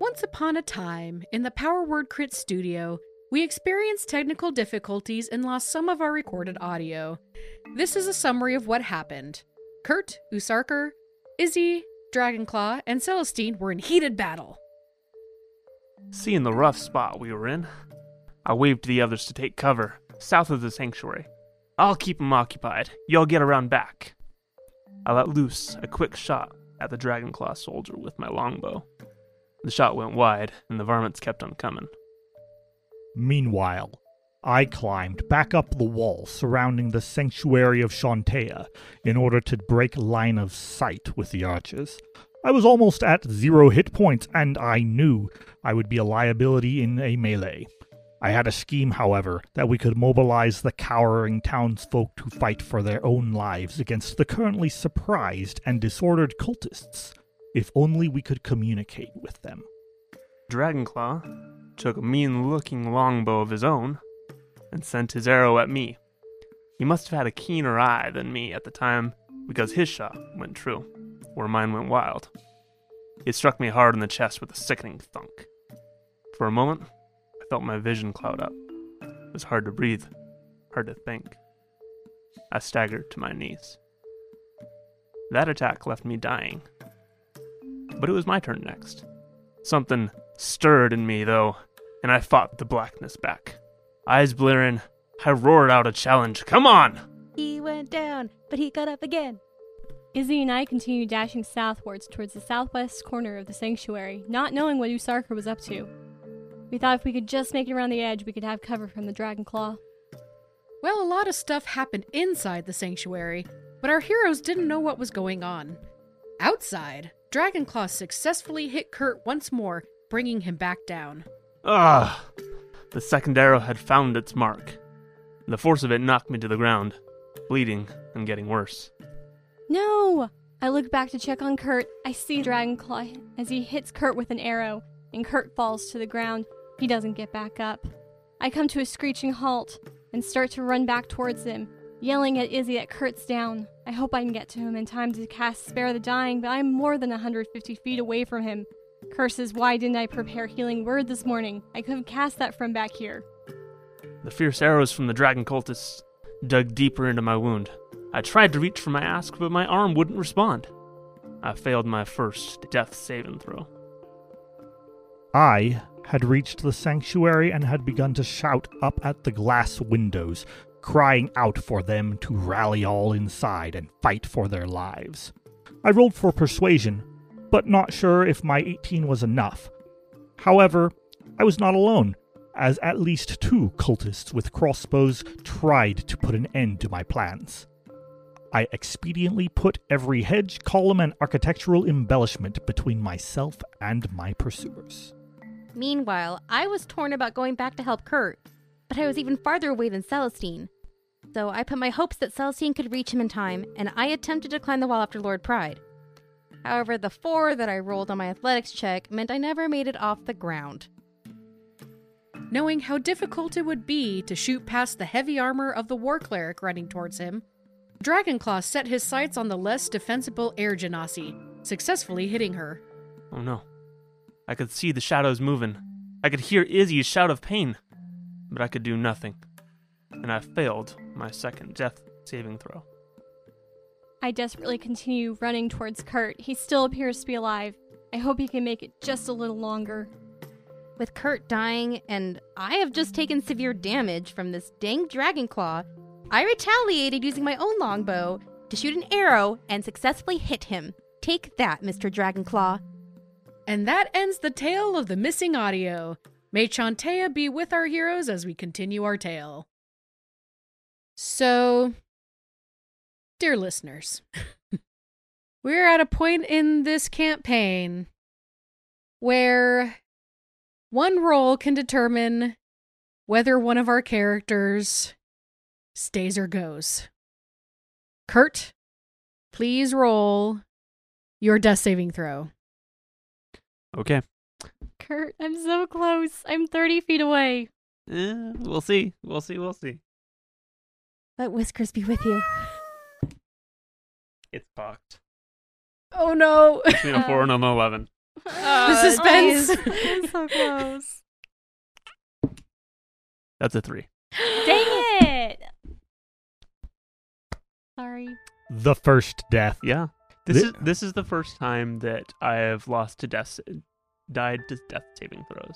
Speaker 1: Once upon a time, in the Power Word Crit studio, we experienced technical difficulties and lost some of our recorded audio. This is a summary of what happened. Kurt, Usarker, Izzy, Dragonclaw, and Celestine were in heated battle.
Speaker 3: Seeing the rough spot we were in, I waved to the others to take cover south of the sanctuary. I'll keep 'em occupied. Y'all get around back. I let loose a quick shot at the Dragonclaw soldier with my longbow. The shot went wide, and the varmints kept on coming.
Speaker 5: Meanwhile, I climbed back up the wall surrounding the sanctuary of Shantea in order to break line of sight with the archers. I was almost at zero hit points, and I knew I would be a liability in a melee. I had a scheme, however, that we could mobilize the cowering townsfolk to fight for their own lives against the currently surprised and disordered cultists, if only we could communicate with them.
Speaker 3: Dragonclaw took a mean looking longbow of his own and sent his arrow at me. He must have had a keener eye than me at the time because his shot went true, where mine went wild. It struck me hard in the chest with a sickening thunk. For a moment, I felt my vision cloud up. It was hard to breathe, hard to think. I staggered to my knees. That attack left me dying. But it was my turn next. Something stirred in me, though, and I fought the blackness back. Eyes blaring, I roared out a challenge. Come on!
Speaker 7: He went down, but he got up again.
Speaker 2: Izzy and I continued dashing southwards towards the southwest corner of the sanctuary, not knowing what Usarker was up to. We thought if we could just make it around the edge, we could have cover from the Dragon Claw.
Speaker 1: Well, a lot of stuff happened inside the sanctuary, but our heroes didn't know what was going on. Outside, Dragonclaw successfully hit Kurt once more, bringing him back down.
Speaker 3: Ah! The second arrow had found its mark. The force of it knocked me to the ground, bleeding and getting worse.
Speaker 2: No! I look back to check on Kurt. I see Dragonclaw as he hits Kurt with an arrow, and Kurt falls to the ground. He doesn't get back up. I come to a screeching halt and start to run back towards him, yelling at Izzy that Kurt's down. I hope I can get to him in time to cast Spare the Dying, but I'm more than 150 feet away from him. Curses, why didn't I prepare Healing Word this morning? I could have cast that from back here.
Speaker 3: The fierce arrows from the dragon cultists dug deeper into my wound. I tried to reach for my ask, but my arm wouldn't respond. I failed my first death saving throw.
Speaker 5: I had reached the sanctuary and had begun to shout up at the glass windows, crying out for them to rally all inside and fight for their lives. I rolled for persuasion, but not sure if my 18 was enough. However, I was not alone, as at least two cultists with crossbows tried to put an end to my plans. I expediently put every hedge, column, and architectural embellishment between myself and my pursuers.
Speaker 4: Meanwhile, I was torn about going back to help Kurt, but I was even farther away than Celestine. So I put my hopes that Celestine could reach him in time, and I attempted to climb the wall after Lord Pride. However, the four that I rolled on my athletics check meant I never made it off the ground.
Speaker 1: Knowing how difficult it would be to shoot past the heavy armor of the war cleric running towards him, Dragonclaw set his sights on the less defensible Air Genasi, successfully hitting her.
Speaker 3: Oh no. I could see the shadows moving. I could hear Izzy's shout of pain. But I could do nothing. And I failed my second death saving throw.
Speaker 2: I desperately continue running towards Kurt. He still appears to be alive. I hope he can make it just a little longer.
Speaker 4: With Kurt dying, and I have just taken severe damage from this dang dragon claw, I retaliated using my own longbow to shoot an arrow and successfully hit him. Take that, Mr. Dragonclaw.
Speaker 1: And that ends the tale of the missing audio. May Chantea be with our heroes as we continue our tale. So, dear listeners, we're at a point in this campaign where one role can determine whether one of our characters stays or goes. Kurt, please roll your death saving throw.
Speaker 3: Okay.
Speaker 2: Kurt, I'm so close. I'm 30 feet away.
Speaker 3: Eh, we'll see. We'll see. We'll see.
Speaker 7: Let Whiskers be with you.
Speaker 3: It's fucked.
Speaker 1: Oh no!
Speaker 3: Between a 4 and an 11.
Speaker 2: Oh,
Speaker 1: the suspense.
Speaker 2: I'm so close.
Speaker 3: That's a 3.
Speaker 2: Dang it! Sorry.
Speaker 5: The first death.
Speaker 3: Yeah. This
Speaker 5: Thi-
Speaker 3: is this is the first time that I have lost to death, died to death saving throws.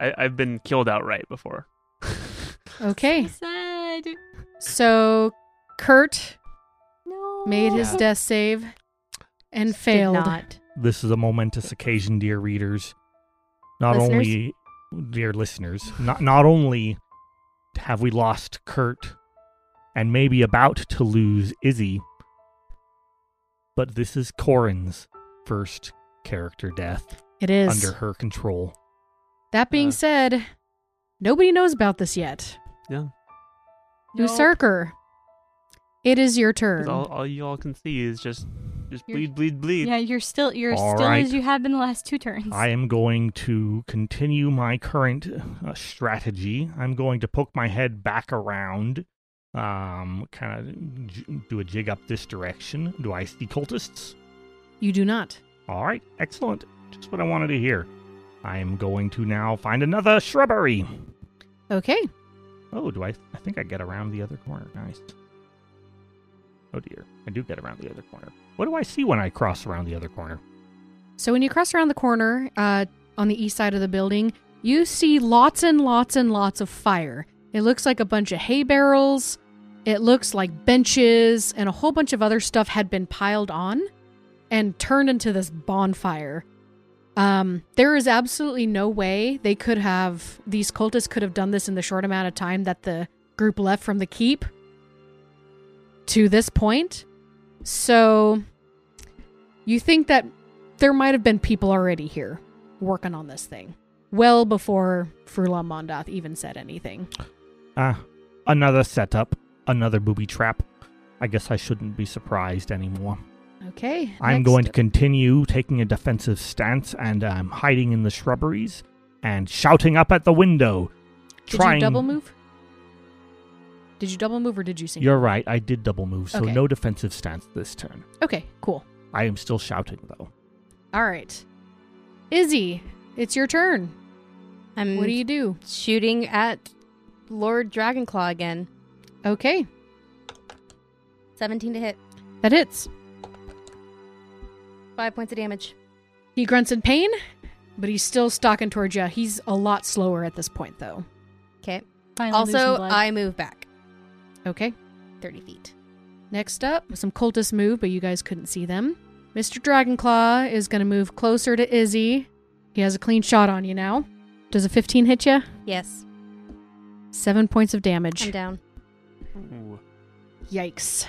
Speaker 3: I, I've been killed outright before.
Speaker 1: okay,
Speaker 2: Sad.
Speaker 1: so Kurt
Speaker 2: No.
Speaker 1: made his
Speaker 3: Yeah.
Speaker 1: death save and failed.
Speaker 4: Did not.
Speaker 5: This is a momentous occasion, dear readers. Not
Speaker 4: Listeners?
Speaker 5: only, dear listeners, not not only have we lost Kurt, and maybe about to lose Izzy, but this is Corin's first character death
Speaker 1: It is.
Speaker 5: under her control.
Speaker 1: That being
Speaker 3: Yeah.
Speaker 1: said, nobody knows about this yet.
Speaker 3: Yeah.
Speaker 1: Usurker, it is your
Speaker 3: 'Cause
Speaker 1: turn.
Speaker 3: All, all you all can see is just just
Speaker 2: You're-
Speaker 3: bleed, bleed, bleed.
Speaker 2: Yeah, you're still you're
Speaker 5: All
Speaker 2: still
Speaker 5: right.
Speaker 2: as you have been the last two turns.
Speaker 5: I am going to continue my current uh, strategy. I'm going to poke my head back around, um, kind of j- do a jig up this direction. Do I see cultists?
Speaker 1: You do not.
Speaker 5: All right, excellent. Just what I wanted to hear. I am going to now find another shrubbery.
Speaker 1: Okay.
Speaker 5: Oh, do I? I think I get around the other corner. Nice. Oh dear, I do get around the other corner. What do I see when I cross around the other corner?
Speaker 1: So when you cross around the corner uh, on the east side of the building, you see lots and lots and lots of fire. It looks like a bunch of hay barrels. It looks like benches and a whole bunch of other stuff had been piled on and turned into this bonfire. Um, there is absolutely no way they could have, these cultists could have done this in the short amount of time that the group left from the keep to this point. So you think that there might have been people already here working on this thing well before Frulan Mondoth even said anything.
Speaker 5: Ah, another setup, another booby trap. I guess I shouldn't be surprised anymore.
Speaker 1: Okay.
Speaker 5: I'm
Speaker 1: next
Speaker 5: going to
Speaker 1: up-
Speaker 5: continue taking a defensive stance and um, hiding in the shrubberies and shouting up at the window.
Speaker 1: Did
Speaker 5: trying.
Speaker 1: you double move? Did you double move or did you single?
Speaker 5: You're right. I did double move, so
Speaker 1: Okay.
Speaker 5: no defensive stance this turn.
Speaker 1: Okay, cool.
Speaker 5: I am still shouting though.
Speaker 1: All right. Izzy, it's your turn.
Speaker 4: I'm
Speaker 1: What do you do?
Speaker 4: shooting at Lord Dragonclaw again.
Speaker 1: Okay,
Speaker 4: 17 to hit,
Speaker 1: that hits.
Speaker 4: 5 points of damage.
Speaker 1: He grunts in pain, but he's still stalking towards you. He's a lot slower at this point, though.
Speaker 4: Okay.
Speaker 2: Finally losing
Speaker 4: Also,
Speaker 2: blood.
Speaker 4: I move back
Speaker 1: Okay.
Speaker 4: 30 feet.
Speaker 1: Next up, some cultists move, but you guys couldn't see them. Mr. Dragonclaw is going to move closer to Izzy. He has a clean shot on you now. Does a 15 hit you?
Speaker 4: Yes,
Speaker 1: Seven points of
Speaker 4: I'm
Speaker 1: damage.
Speaker 4: down.
Speaker 3: Ooh.
Speaker 1: Yikes.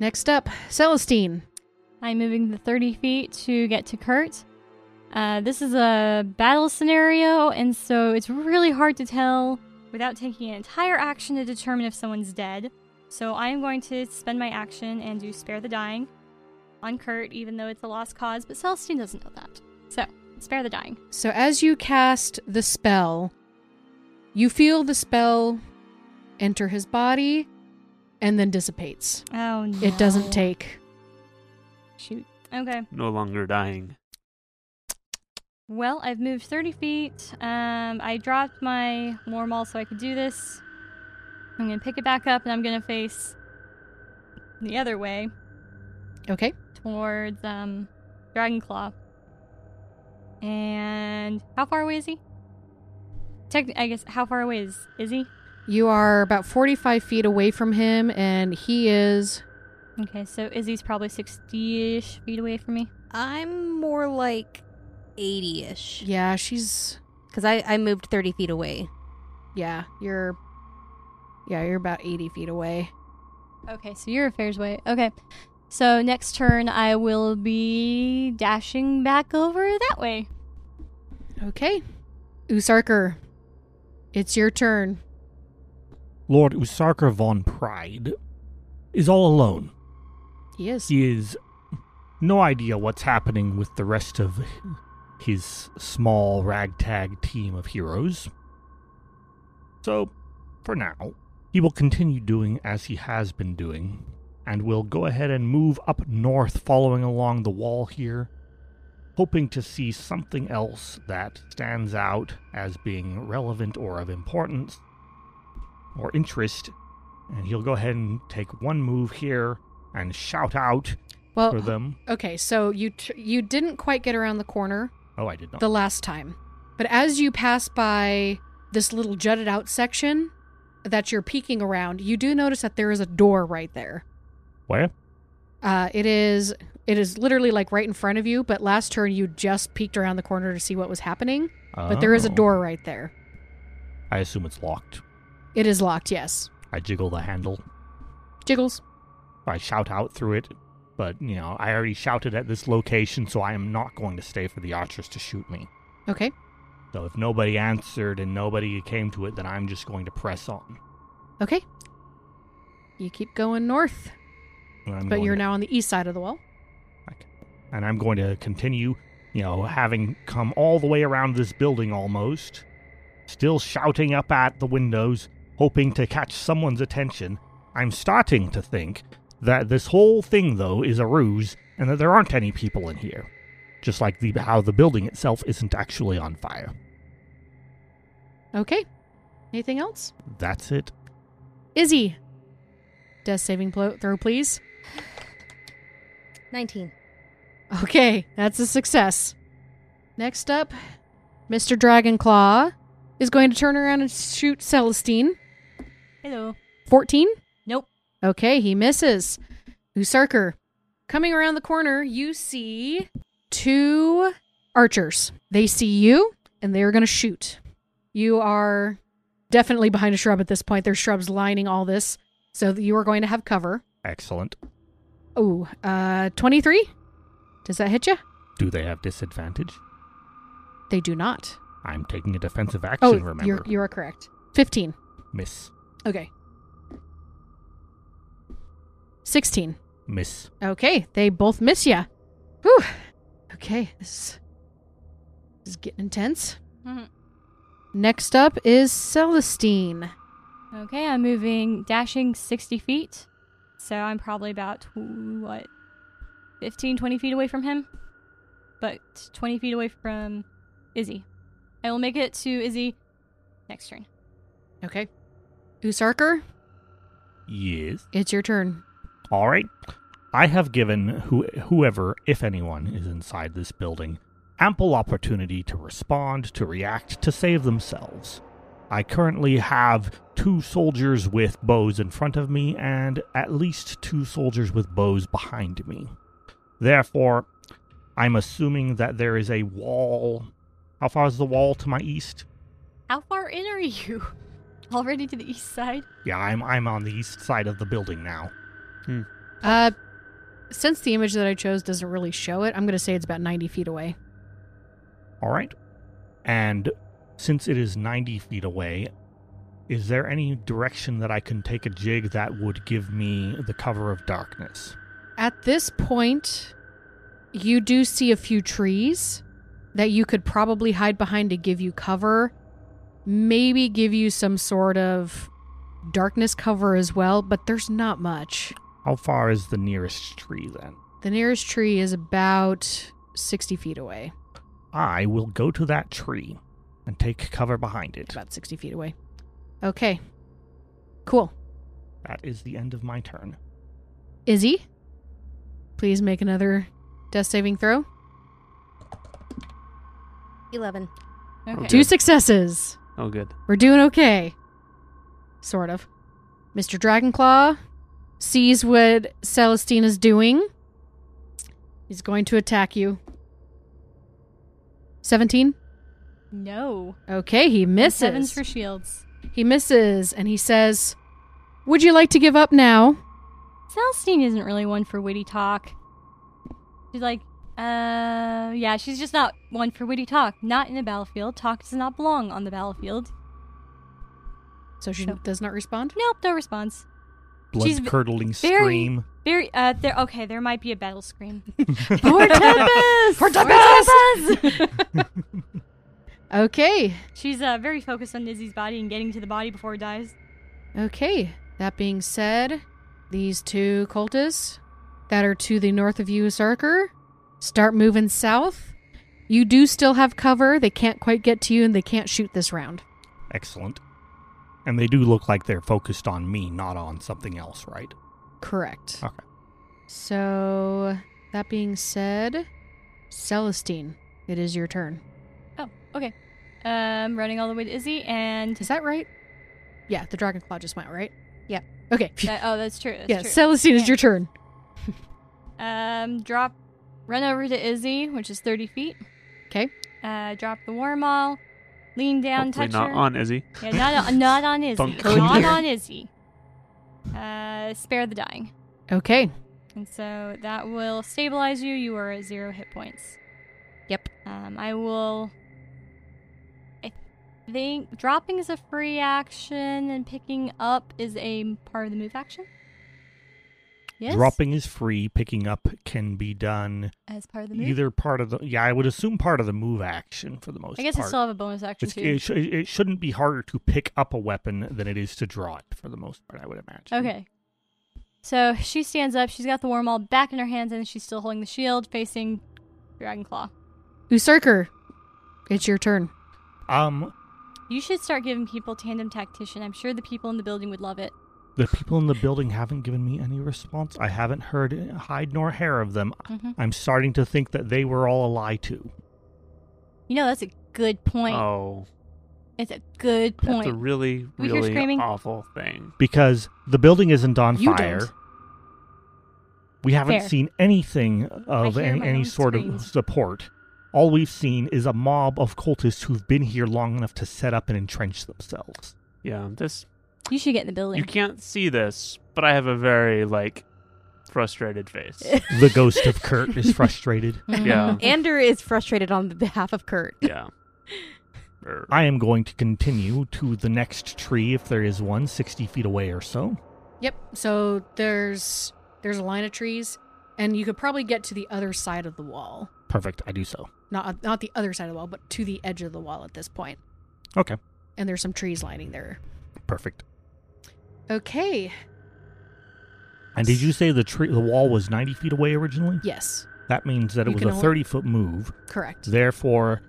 Speaker 1: Next up, Celestine.
Speaker 2: I'm moving the 30 feet to get to Kurt. Uh, this is a battle scenario, and so it's really hard to tell without taking an entire action to determine if someone's dead. So I am going to spend my action and do Spare the Dying on Kurt, even though it's a lost cause, but Celestine doesn't know that. So, Spare the Dying.
Speaker 1: So, as you cast the spell, you feel the spell enter his body and then dissipates.
Speaker 2: Oh, no.
Speaker 1: It doesn't take.
Speaker 2: Shoot. Okay.
Speaker 3: No longer dying.
Speaker 2: Well, I've moved 30 feet. Um, I dropped my Mormal so I could do this. I'm going to pick it back up and I'm going to face the other way
Speaker 1: Okay.
Speaker 2: towards um, Dragonclaw. And how far away is he? Techn I guess how far away is is he?
Speaker 1: You are about 45 feet away from him, and he is.
Speaker 2: Okay, so Izzy's probably sixty-ish feet away from me.
Speaker 4: I'm more like 80 ish.
Speaker 1: Yeah, she's.
Speaker 4: Because I, I moved 30 feet away.
Speaker 1: Yeah, you're. Yeah, you're about 80 feet away.
Speaker 2: Okay, so you're a fair's way. Okay, so next turn I will be dashing back over that way.
Speaker 1: Okay. Usarker, it's your turn.
Speaker 5: Lord Usarker von Pride is all alone.
Speaker 1: He is.
Speaker 5: He is no idea what's happening with the rest of his small ragtag team of heroes. So, for now, he will continue doing as he has been doing, and will go ahead and move up north, following along the wall here, hoping to see something else that stands out as being relevant or of importance or interest. And he'll go ahead and take one move here and shout out for
Speaker 1: Well,
Speaker 5: them.
Speaker 1: okay, so you tr- you didn't quite get around the corner
Speaker 5: Oh, I did not.
Speaker 1: the last time. But as you pass by this little jutted out section that you're peeking around, you do notice that there is a door right there.
Speaker 5: Where?
Speaker 1: Uh, it is it is literally like right in front of you, but last turn you just peeked around the corner to see what was happening, but there is a
Speaker 5: Oh.
Speaker 1: door right there.
Speaker 5: I assume it's locked.
Speaker 1: It is locked, yes.
Speaker 5: I jiggle the handle.
Speaker 1: Jiggles.
Speaker 5: I shout out through it, but you know, I already shouted at this location, so I am not going to stay for the archers to shoot me.
Speaker 1: Okay.
Speaker 5: So if nobody answered and nobody came to it, then I'm just going to press on.
Speaker 1: Okay. You keep going north,
Speaker 5: And I'm
Speaker 1: but
Speaker 5: going
Speaker 1: you're
Speaker 5: to-
Speaker 1: now on the east side of the wall.
Speaker 5: and I'm going to continue, you know, having come all the way around this building almost, still shouting up at the windows, hoping to catch someone's attention. I'm starting to think that this whole thing, though, is a ruse and that there aren't any people in here. Just like the, how the building itself isn't actually on fire.
Speaker 1: Okay. Anything else?
Speaker 5: That's it.
Speaker 1: Izzy. Death saving plo- throw, please.
Speaker 4: 19.
Speaker 1: Okay, that's a success. Next up, Mr. Dragonclaw is going to turn around and shoot Celestine.
Speaker 2: Hello.
Speaker 1: 14?
Speaker 2: Nope.
Speaker 1: Okay, he misses. Usarker. Coming around the corner, you see two archers. They see you and they are going to shoot. You are definitely behind a shrub at this point. There's shrubs lining all this, so that you are going to have cover.
Speaker 5: Excellent.
Speaker 1: Oh, uh 23? Does that hit you?
Speaker 5: Do they have disadvantage?
Speaker 1: They do not.
Speaker 5: I'm taking a defensive action,
Speaker 1: Oh,
Speaker 5: remember.
Speaker 1: you're, you are correct. 15.
Speaker 5: Miss.
Speaker 1: Okay. 16.
Speaker 5: Miss.
Speaker 1: Okay, they both miss ya. Whew. Okay, this is, this is getting intense.
Speaker 2: Mhm.
Speaker 1: Next up is Celestine.
Speaker 2: Okay, I'm moving, dashing 60 feet. So I'm probably about, tw- what, 15, 20 feet away from him? But 20 feet away from Izzy. I will make it to Izzy next turn.
Speaker 1: Okay. Usarker,
Speaker 5: Yes.
Speaker 1: it's your turn.
Speaker 5: All right. I have given who, whoever, if anyone, is inside this building ample opportunity to respond, to react, to save themselves. I currently have two soldiers with bows in front of me and at least two soldiers with bows behind me. Therefore, I'm assuming that there is a wall. How far is the wall to my east?
Speaker 2: How far in are you? Already to the east side?
Speaker 5: Yeah, I'm I'm on the east side of the building now.
Speaker 1: Uh, since the image that I chose doesn't really show it, I'm going to say it's about 90 feet away.
Speaker 5: All right. And since it is 90 feet away, is there any direction that I can take a jig that would give me the cover of darkness?
Speaker 1: At this point, you do see a few trees that you could probably hide behind to give you cover, maybe give you some sort of darkness cover as well, but there's not much.
Speaker 5: How far is the nearest tree then?
Speaker 1: The nearest tree is about 60 feet away,
Speaker 5: I will go to that tree and take cover behind it.
Speaker 1: about 60 feet away. Okay. Cool.
Speaker 5: That is the end of my turn.
Speaker 1: Izzy, please make another death saving throw.
Speaker 4: 11.
Speaker 2: Okay.
Speaker 1: Two successes.
Speaker 3: Oh, good.
Speaker 1: We're doing okay. Sort of. Mr. Dragonclaw sees what Celestine is doing. He's going to attack you. 17?
Speaker 2: No.
Speaker 1: Okay, he misses.
Speaker 2: Sevens for shields.
Speaker 1: he misses, and he says, Would you like to give up now?
Speaker 2: Celestine isn't really one for witty talk. She's like, uh, yeah, she's just not one for witty talk. Not in the battlefield. Talk does not belong on the battlefield.
Speaker 1: So she
Speaker 2: Sure.
Speaker 1: does not respond.
Speaker 2: Nope, no response. She's
Speaker 5: Blood curdling
Speaker 2: very-
Speaker 5: scream.
Speaker 2: Very, uh, there, okay, there might be a battle scream.
Speaker 1: Hortepes! Okay,
Speaker 2: She's uh, very focused on Izzy's body and getting to the body before it dies.
Speaker 1: okay. That being said, these two cultists that are to the north of you, Sarker, start moving south. You do still have cover. They can't quite get to you, and they can't shoot this round.
Speaker 5: Excellent. And they do look like they're focused on me, not on something else, right?
Speaker 1: Correct.
Speaker 5: Okay.
Speaker 1: So, that being said, Celestine, it is your turn.
Speaker 2: Oh, okay. Um, running all the way to Izzy and.
Speaker 1: Is that right? Yeah, the dragon claw just went right. Yeah. Okay.
Speaker 2: that- oh, that's true. That's
Speaker 1: yeah,
Speaker 2: true.
Speaker 1: Celestine, it's
Speaker 2: Yeah.
Speaker 1: your turn.
Speaker 2: Um, drop, run over to Izzy, which is 30 feet.
Speaker 1: 'Kay.
Speaker 2: Uh, drop the Wormall, lean down,
Speaker 3: Hopefully
Speaker 2: touch
Speaker 3: not
Speaker 2: her.
Speaker 3: on Izzy.
Speaker 2: Yeah, not on, not on Izzy.
Speaker 5: Thunk.
Speaker 2: Not on Izzy. Uh, spare the dying.
Speaker 1: Okay.
Speaker 2: And so that will stabilize you. You are at zero hit points.
Speaker 1: Yep.
Speaker 2: Um, I will. I think dropping is a free action and picking up is a part of the move action. Yes.
Speaker 5: Dropping is free. Picking up can be done
Speaker 2: as part of the move.
Speaker 5: either part of the. Yeah, I would assume part of the move action for the most part.
Speaker 2: I guess I still have a bonus action
Speaker 5: It's,
Speaker 2: too.
Speaker 5: it, sh- it shouldn't be harder to pick up a weapon than it is to draw it, for the most part, I would imagine.
Speaker 2: Okay. So she stands up. She's got the worm all back in her hands, and she's still holding the shield, facing Dragonclaw.
Speaker 1: Usarker, it's your turn.
Speaker 5: Um,
Speaker 2: You should start giving people tandem tactician. I'm sure the people in the building would love it.
Speaker 5: the people in the building haven't given me any response. I haven't heard hide nor hair of them.
Speaker 2: Mhm.
Speaker 5: I'm starting to think that they were all a lie too.
Speaker 2: You know, that's a good point.
Speaker 3: Oh,
Speaker 2: It's a good
Speaker 3: that's a
Speaker 2: point.
Speaker 3: really,
Speaker 2: We hear
Speaker 3: really
Speaker 2: screaming.
Speaker 3: awful thing.
Speaker 5: because the building isn't on
Speaker 1: You
Speaker 5: fire.
Speaker 1: don't.
Speaker 5: We haven't
Speaker 2: Fair.
Speaker 5: seen anything of
Speaker 2: hear
Speaker 5: any,
Speaker 2: my
Speaker 5: any
Speaker 2: own
Speaker 5: sort of
Speaker 2: screams.
Speaker 5: support. All we've seen is a mob of cultists who've been here long enough to set up and entrench themselves.
Speaker 3: Yeah, this
Speaker 2: you should get in the building.
Speaker 3: you can't see this, but I have a very like frustrated face.
Speaker 5: The ghost of Kurt is frustrated.
Speaker 2: Mm-hmm.
Speaker 3: yeah,
Speaker 4: Ander is frustrated on the behalf of Kurt.
Speaker 3: yeah. Er,
Speaker 5: I am going to continue to the next tree if there is one, 60 feet away or so.
Speaker 1: Yep. So there's there's a line of trees, and you could probably get to the other side of the wall.
Speaker 5: Perfect, I do so.
Speaker 1: Not not the other side of the wall, but to the edge of the wall at this point.
Speaker 5: Okay,
Speaker 1: And there's some trees lining there.
Speaker 5: perfect.
Speaker 1: Okay.
Speaker 5: And did you say the tree, the wall was 90 feet away originally?
Speaker 1: Yes.
Speaker 5: That means that it
Speaker 1: You
Speaker 5: was
Speaker 1: can
Speaker 5: a
Speaker 1: only-
Speaker 5: 30 foot move.
Speaker 1: Correct.
Speaker 5: Therefore,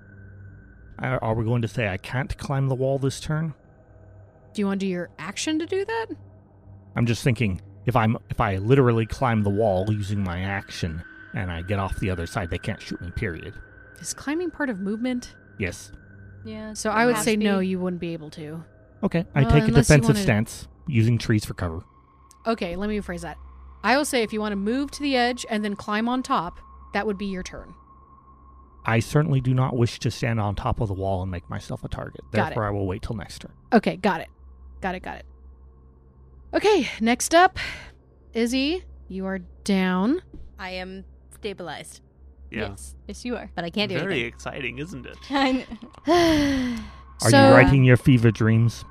Speaker 5: are are we going to say I can't climb the wall this turn?
Speaker 1: Do you want to do your action to do that?
Speaker 5: I'm just thinking if I'm if I literally climb the wall using my action and I get off the other side, they can't shoot me. Period.
Speaker 1: Is climbing part of movement?
Speaker 5: Yes.
Speaker 2: yeah.
Speaker 1: So I would
Speaker 2: half
Speaker 1: say no,
Speaker 2: speed.
Speaker 1: you wouldn't be able to.
Speaker 5: Okay. I
Speaker 1: Well,
Speaker 5: take a
Speaker 1: unless you
Speaker 5: defensive
Speaker 1: wanna-
Speaker 5: stance using trees for cover.
Speaker 1: Okay, let me rephrase that. I will say if you want to move to the edge and then climb on top, that would be your turn.
Speaker 5: I certainly do not wish to stand on top of the wall and make myself a target.
Speaker 1: Got it.
Speaker 5: Therefore, I will wait till next turn.
Speaker 1: Okay, got it. Got it, got it. Okay, next up, Izzy, you are down.
Speaker 4: I am stabilized,
Speaker 3: yeah.
Speaker 2: Yes. Yes, you are.
Speaker 4: but I can't do
Speaker 3: Very
Speaker 4: anything.
Speaker 3: exciting, isn't it?
Speaker 2: I
Speaker 5: Are
Speaker 1: so,
Speaker 5: you writing your fever dreams?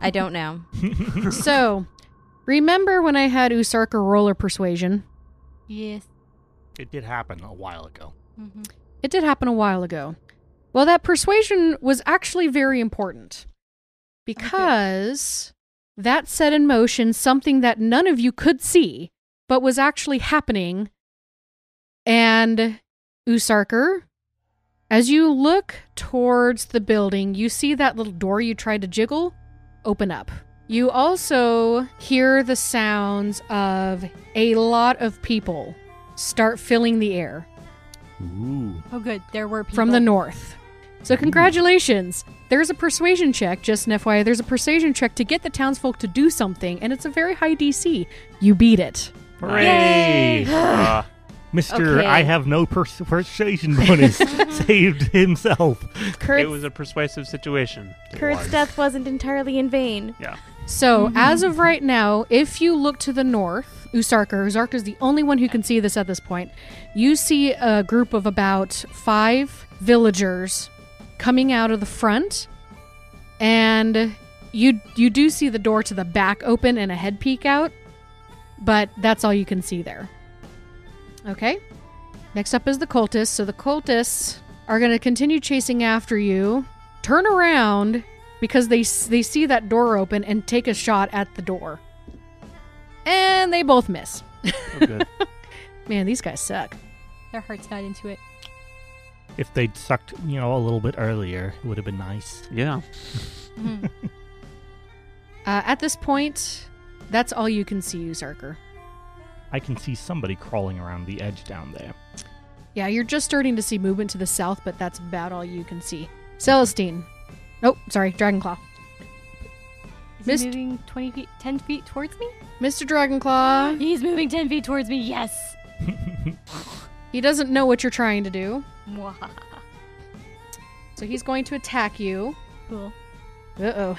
Speaker 4: I don't know.
Speaker 1: so, remember when I had Usarka roller persuasion?
Speaker 2: yes.
Speaker 5: It did happen a while ago.
Speaker 2: hmm
Speaker 1: It did happen a while ago. Well, that persuasion was actually very important because that set in motion something that none of you could see, but was actually happening. And Usarker, as you look towards the building, you see that little door you tried to jiggle open up. You also hear the sounds of a lot of people start filling the air
Speaker 5: Ooh.
Speaker 2: Oh, good. There were people.
Speaker 1: from the north. So congratulations. There's a persuasion check, just an FYI. There's a persuasion check to get the townsfolk to do something, and it's a very high DC. You beat it.
Speaker 5: Hooray!
Speaker 3: Ah,
Speaker 5: Mr.
Speaker 4: Okay.
Speaker 5: I have no pers- persuasion bonus saved himself.
Speaker 3: it
Speaker 4: Kurt's,
Speaker 3: was a persuasive situation.
Speaker 4: Kurt's death wasn't entirely in vain.
Speaker 3: Yeah.
Speaker 1: So as of right now, if you look to the north, Usarker, Usarker's the only one who can see this at this point. You see a group of about five villagers coming out of the front, and you you do see the door to the back open and a head peek out, but that's all you can see there. Okay. Next up is the cultists. So the cultists are going to continue chasing after you. Turn around because they s- they see that door open and take a shot at the door. And they both miss.
Speaker 3: Oh, good.
Speaker 1: Man, these guys suck.
Speaker 2: Their hearts got into it.
Speaker 5: If they'd sucked, you know, a little bit earlier, it would have been nice.
Speaker 3: yeah.
Speaker 2: Mhm.
Speaker 1: Uh, at this point, that's all you can see, Usarker.
Speaker 5: I can see somebody crawling around the edge down there.
Speaker 1: Yeah, you're just starting to see movement to the south, but that's about all you can see. Celestine. Oh, sorry, Dragonclaw.
Speaker 2: Is
Speaker 1: Mist-
Speaker 2: he moving 20 feet, 10 feet towards me?
Speaker 1: Mr. Dragonclaw,
Speaker 2: He's moving 10 feet towards me, yes.
Speaker 1: he doesn't know what you're trying to do,
Speaker 2: Mwahaha.
Speaker 1: so he's going to attack you.
Speaker 2: Cool.
Speaker 1: Uh oh.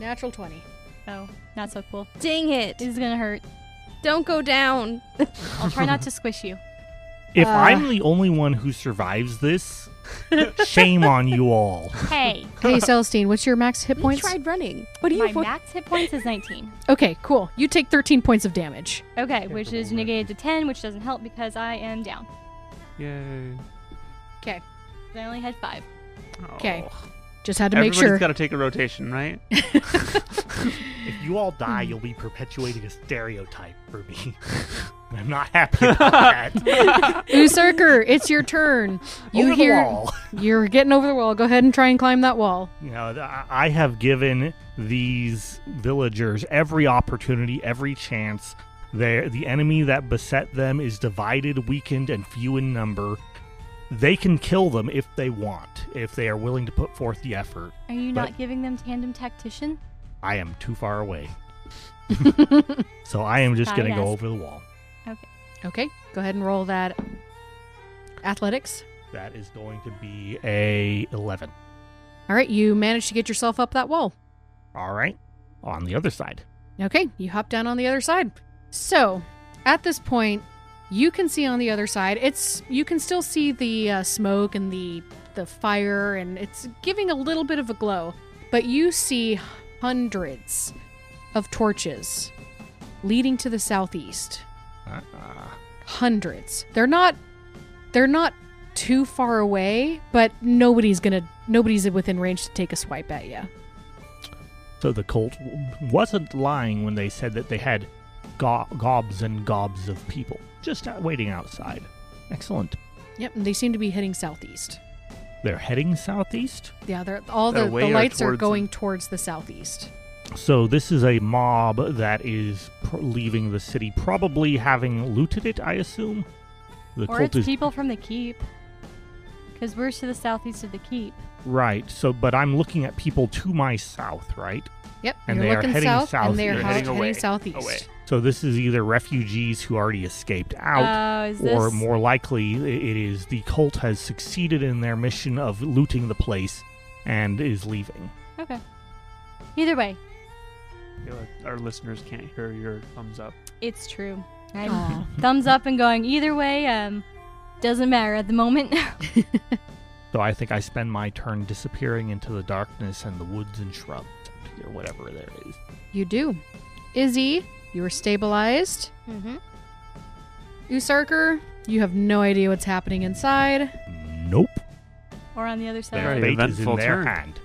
Speaker 1: Natural 20.
Speaker 2: Oh, not so cool.
Speaker 4: Dang it.
Speaker 2: This is gonna hurt.
Speaker 4: Don't go down.
Speaker 2: I'll try not to squish you.
Speaker 5: If
Speaker 1: Uh.
Speaker 5: I'm the only one who survives this, shame on you all.
Speaker 2: Hey,
Speaker 1: Hey, Celestine, what's your max hit
Speaker 4: You
Speaker 1: points?
Speaker 4: tried running. What do you
Speaker 2: my
Speaker 4: avoid?
Speaker 2: max hit points is 19.
Speaker 1: Okay, cool. You take 13 points of damage.
Speaker 2: Okay, which is negated to 10, which doesn't help because I am down.
Speaker 3: Yay.
Speaker 1: Okay.
Speaker 2: I only had five.
Speaker 1: Okay.
Speaker 3: Oh.
Speaker 1: Just had to make
Speaker 3: Everybody's
Speaker 1: sure.
Speaker 3: got to take a rotation, right?
Speaker 5: If you all die, you'll be perpetuating a stereotype for me. I'm not happy about that.
Speaker 1: Usarker, it's your turn. You
Speaker 5: Over the
Speaker 1: hear
Speaker 5: wall.
Speaker 1: you're getting over the wall. Go ahead and try and climb that wall.
Speaker 5: You know, th- I I have given these villagers every opportunity, every chance. They're, the enemy that beset them is divided, weakened, and few in number. They can kill them if they want, if they are willing to put forth the effort.
Speaker 2: Are you
Speaker 5: But-
Speaker 2: not giving them tandem tactician?
Speaker 5: I am too far away. so I am just going to go
Speaker 2: Stardust.
Speaker 5: over the wall.
Speaker 1: Okay. Go ahead and roll that athletics.
Speaker 5: That is going to be a 11.
Speaker 1: All right, you managed to get yourself up that wall.
Speaker 5: All right. On the other side.
Speaker 1: Okay, you hop down on the other side. So, at this point, you can see on the other side. It's you can still see the uh, smoke and the the fire, and it's giving a little bit of a glow. But you see hundreds of torches leading to the southeast.
Speaker 5: Uh-uh.
Speaker 1: Hundreds. They're not. They're not too far away, but nobody's gonna. Nobody's within range to take a swipe at you.
Speaker 5: So the cult w- wasn't lying when they said that they had go- gobs and gobs of people just out waiting outside. Excellent.
Speaker 1: Yep, and they seem to be heading southeast.
Speaker 5: They're heading southeast.
Speaker 1: Yeah, they're, all
Speaker 3: Their
Speaker 1: the, the
Speaker 3: way are
Speaker 1: lights are
Speaker 3: towards
Speaker 1: going
Speaker 3: them.
Speaker 1: towards the southeast.
Speaker 5: So this is a mob that is pr- leaving the city, probably having looted it, I assume. The
Speaker 2: or
Speaker 5: cult
Speaker 2: it's
Speaker 5: is
Speaker 2: people from the keep. Because we're to the southeast of the keep.
Speaker 5: right. So but I'm looking at people to my south, right?
Speaker 1: Yep,
Speaker 5: And
Speaker 1: you're
Speaker 5: they are
Speaker 1: looking
Speaker 5: heading
Speaker 1: south,
Speaker 5: south.
Speaker 1: and they are
Speaker 5: They're
Speaker 1: hou-
Speaker 3: heading
Speaker 1: heading,
Speaker 3: away.
Speaker 1: southeast.
Speaker 3: Away.
Speaker 5: So this is either refugees who already escaped out
Speaker 2: Oh, is this
Speaker 5: or more likely i- it is the cult has succeeded in their mission of looting the place and is leaving.
Speaker 2: Okay. Either way,
Speaker 3: I feel like Our listeners can't hear your thumbs up.
Speaker 2: it's true. I'm
Speaker 1: Aw.
Speaker 2: thumbs up and going either way. Um, doesn't matter at the moment.
Speaker 5: So I think I spend my turn disappearing into the darkness and the woods and shrubs or whatever there is.
Speaker 1: You do. Izzy, you are stabilized.
Speaker 7: Mm-hmm.
Speaker 1: Usarker, you have no idea what's happening inside.
Speaker 5: Nope.
Speaker 2: or on the other
Speaker 5: Their
Speaker 3: Very
Speaker 2: side.
Speaker 5: fate is in
Speaker 3: eventful
Speaker 5: their
Speaker 3: turn.
Speaker 5: hand.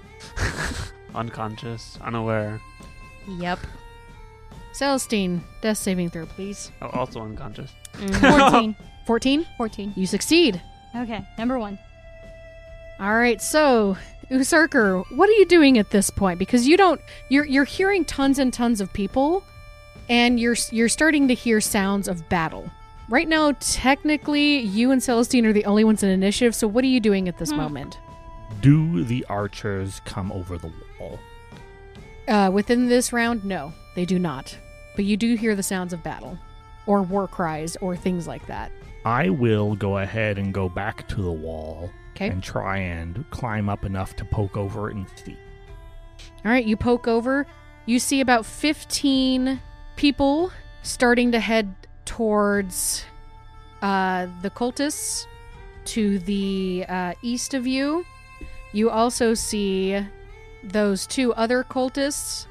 Speaker 3: Unconscious, unaware.
Speaker 4: Yep.
Speaker 1: Celestine, death saving throw, please.
Speaker 3: Oh, also unconscious.
Speaker 4: Mm-hmm.
Speaker 2: Fourteen.
Speaker 1: 14?
Speaker 2: Fourteen.
Speaker 1: You succeed.
Speaker 2: Okay, number one.
Speaker 1: All right, so Usarker, what are you doing at this point? Because you don't you're you're hearing tons and tons of people, and you're you're starting to hear sounds of battle. Right now, technically, you and Celestine are the only ones in initiative. So, what are you doing at this moment?
Speaker 5: Do the archers come over the wall?
Speaker 1: Uh, within this round, no, they do not. But you do hear the sounds of battle, or war cries, or things like that.
Speaker 5: I will go ahead and go back to the wall
Speaker 1: 'Kay.
Speaker 5: and try and climb up enough to poke over and see.
Speaker 1: All right, you poke over. You see about 15 people starting to head towards uh, the cultists to the uh, east of you. You also see those two other cultists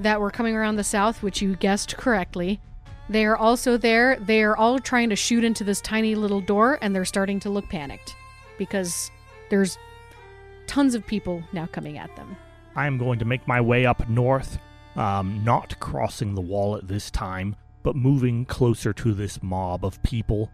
Speaker 1: that were coming around the south, which you guessed correctly. They are also there. They are all trying to shoot into this tiny little door, and they're starting to look panicked because there's tons of people now coming at them.
Speaker 5: I'm going to make my way up north, um, not crossing the wall at this time, but moving closer to this mob of people.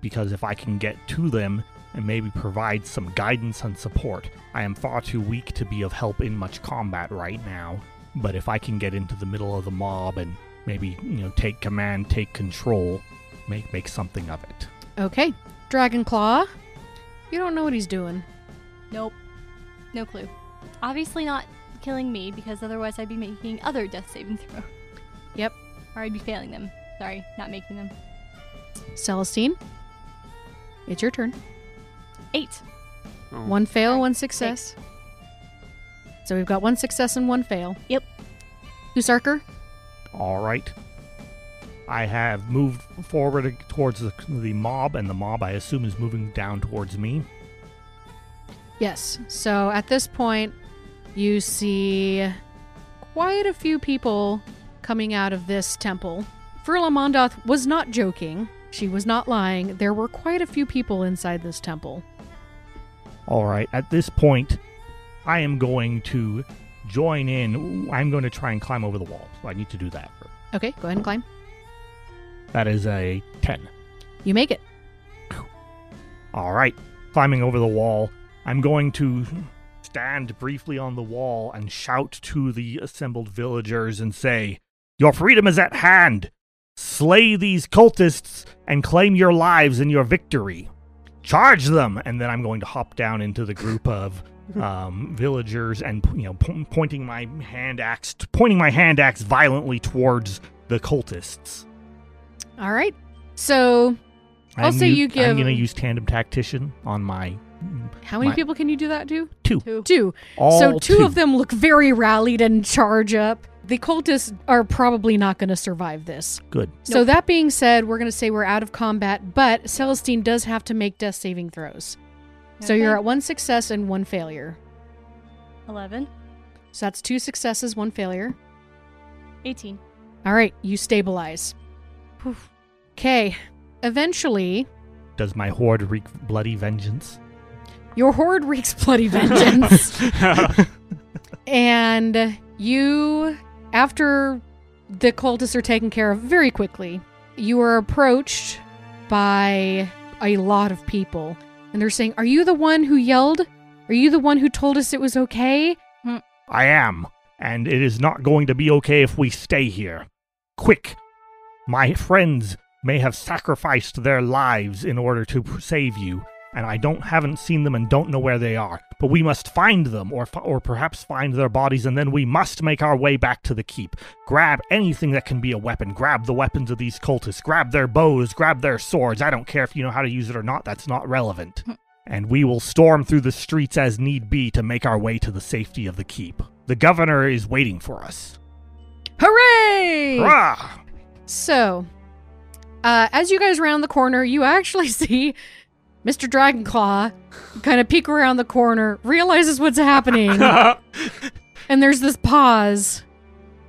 Speaker 5: Because if I can get to them and maybe provide some guidance and support, I am far too weak to be of help in much combat right now. But if I can get into the middle of the mob and maybe, you know, take command, take control, make make something of it.
Speaker 1: Okay. Dragonclaw. You don't know what he's doing.
Speaker 2: Nope. No clue. Obviously not killing me because otherwise I'd be making other death saving throws.
Speaker 1: Yep.
Speaker 2: Or I'd be failing them. Sorry, not making them.
Speaker 1: Celestine. It's your turn.
Speaker 2: Eight.
Speaker 3: Oh.
Speaker 1: One fail, one success. So we've got one success and one fail.
Speaker 2: Yep.
Speaker 1: Usarker.
Speaker 5: All right. I have moved forward towards the, the mob, and the mob, I assume, is moving down towards me.
Speaker 1: Yes. So at this point, you see quite a few people coming out of this temple. Furla Mondoth was not joking. She was not lying. There were quite a few people inside this temple.
Speaker 5: All right. At this point, I am going to join in. I'm going to try and climb over the wall. So I need to do that.
Speaker 1: Okay, go ahead and climb.
Speaker 5: That is a 10.
Speaker 1: You make it.
Speaker 5: All right. Climbing over the wall, I'm going to stand briefly on the wall and shout to the assembled villagers and say, Your freedom is at hand! Slay these cultists and claim your lives and your victory! Charge them! And then I'm going to hop down into the group of um, villagers and you know po- pointing my hand axe, pointing my hand axe violently towards the cultists.
Speaker 1: All right. So I'll say
Speaker 5: u-
Speaker 1: you
Speaker 5: I'm
Speaker 1: give-
Speaker 5: going to use tandem tactician on my
Speaker 1: How many
Speaker 5: My-
Speaker 1: people can you do that to?
Speaker 5: two.
Speaker 2: Two.
Speaker 1: Two.
Speaker 5: All
Speaker 1: so two, of them look very rallied and charge up. The cultists are probably not going to survive this.
Speaker 5: Good.
Speaker 1: So that being said, we're going to say we're out of combat, but Celestine does have to make death saving throws. So you're at one success and one failure.
Speaker 2: Eleven.
Speaker 1: So that's two successes, one failure.
Speaker 2: Eighteen.
Speaker 1: All right, you stabilize. Okay. Eventually,
Speaker 5: Does my horde wreak bloody vengeance?
Speaker 1: your horde wreaks bloody vengeance. and you after the cultists are taken care of very quickly you are approached by a lot of people and they're saying are you the one who yelled are you the one who told us it was okay
Speaker 5: I am, and it is not going to be okay if we stay here. Quick! My friends may have sacrificed their lives in order to p- save you, and I don't haven't seen them and don't know where they are. But we must find them, or f- or perhaps find their bodies, and then we must make our way back to the keep. Grab anything that can be a weapon. Grab the weapons of these cultists. Grab their bows. Grab their swords. I don't care if you know how to use it or not. That's not relevant. and we will storm through the streets as need be to make our way to the safety of the keep. The governor is waiting for us.
Speaker 1: hooray
Speaker 5: Hurrah!
Speaker 1: so uh, as you guys round the corner you actually see mr dragonclaw kind of peek around the corner realizes what's happening and there's this pause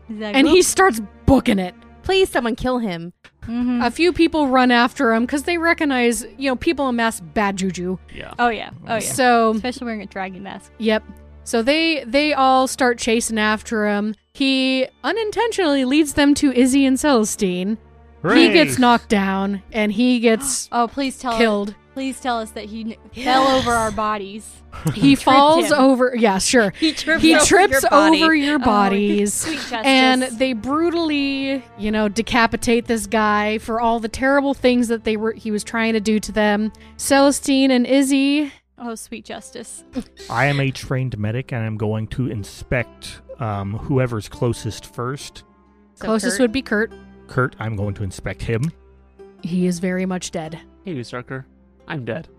Speaker 2: Is that
Speaker 1: and he starts booking it
Speaker 4: Please, someone kill him.
Speaker 2: hmm
Speaker 1: A few people run after him because they recognize, you know, people amass bad juju.
Speaker 3: yeah.
Speaker 2: oh yeah. Oh yeah.
Speaker 1: So,
Speaker 2: Especially wearing a dragon mask.
Speaker 1: yep. So they they all start chasing after him. He unintentionally leads them to Izzy and Celestine. He gets knocked down and he gets
Speaker 2: Oh please tell
Speaker 1: killed.
Speaker 2: please tell us that he kn- fell over our bodies.
Speaker 1: He falls
Speaker 2: him.
Speaker 1: over. Yeah, sure.
Speaker 4: He trips,
Speaker 1: He trips over your
Speaker 2: Oh,
Speaker 1: bodies.
Speaker 2: sweet justice.
Speaker 1: and they brutally, you know, decapitate this guy for all the terrible things that they were he was trying to do to them. Celestine and Izzy
Speaker 2: Oh, sweet justice.
Speaker 5: I am a trained medic and I'm going to inspect um, whoever's closest first.
Speaker 4: So
Speaker 1: Closest
Speaker 4: Kurt,
Speaker 1: would be Kurt.
Speaker 5: Kurt, I'm going to inspect him.
Speaker 1: He is very much dead.
Speaker 3: Hey, Usarker. I'm dead.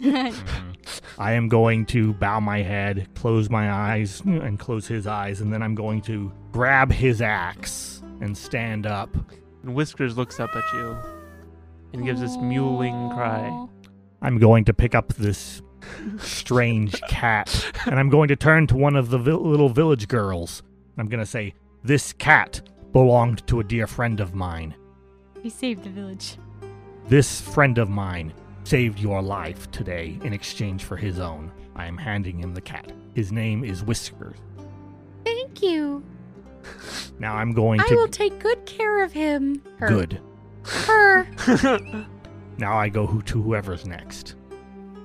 Speaker 5: I am going to bow my head, close my eyes, and close his eyes, and then I'm going to grab his axe and stand up.
Speaker 3: And Whiskers looks up at you and gives this mewling cry.
Speaker 2: Aw.
Speaker 5: I'm going to pick up this strange cat, and I'm going to turn to one of the vil- little village girls. I'm going to say, This cat belonged to a dear friend of mine.
Speaker 2: He saved the village.
Speaker 5: This friend of mine saved your life today in exchange for his own. I am handing him the cat. His name is Whiskers.
Speaker 4: Thank you.
Speaker 5: Now I'm going
Speaker 4: I
Speaker 5: to.
Speaker 4: will take good care of him. Her.
Speaker 5: Good.
Speaker 4: Her.
Speaker 5: Now I go who to whoever's next.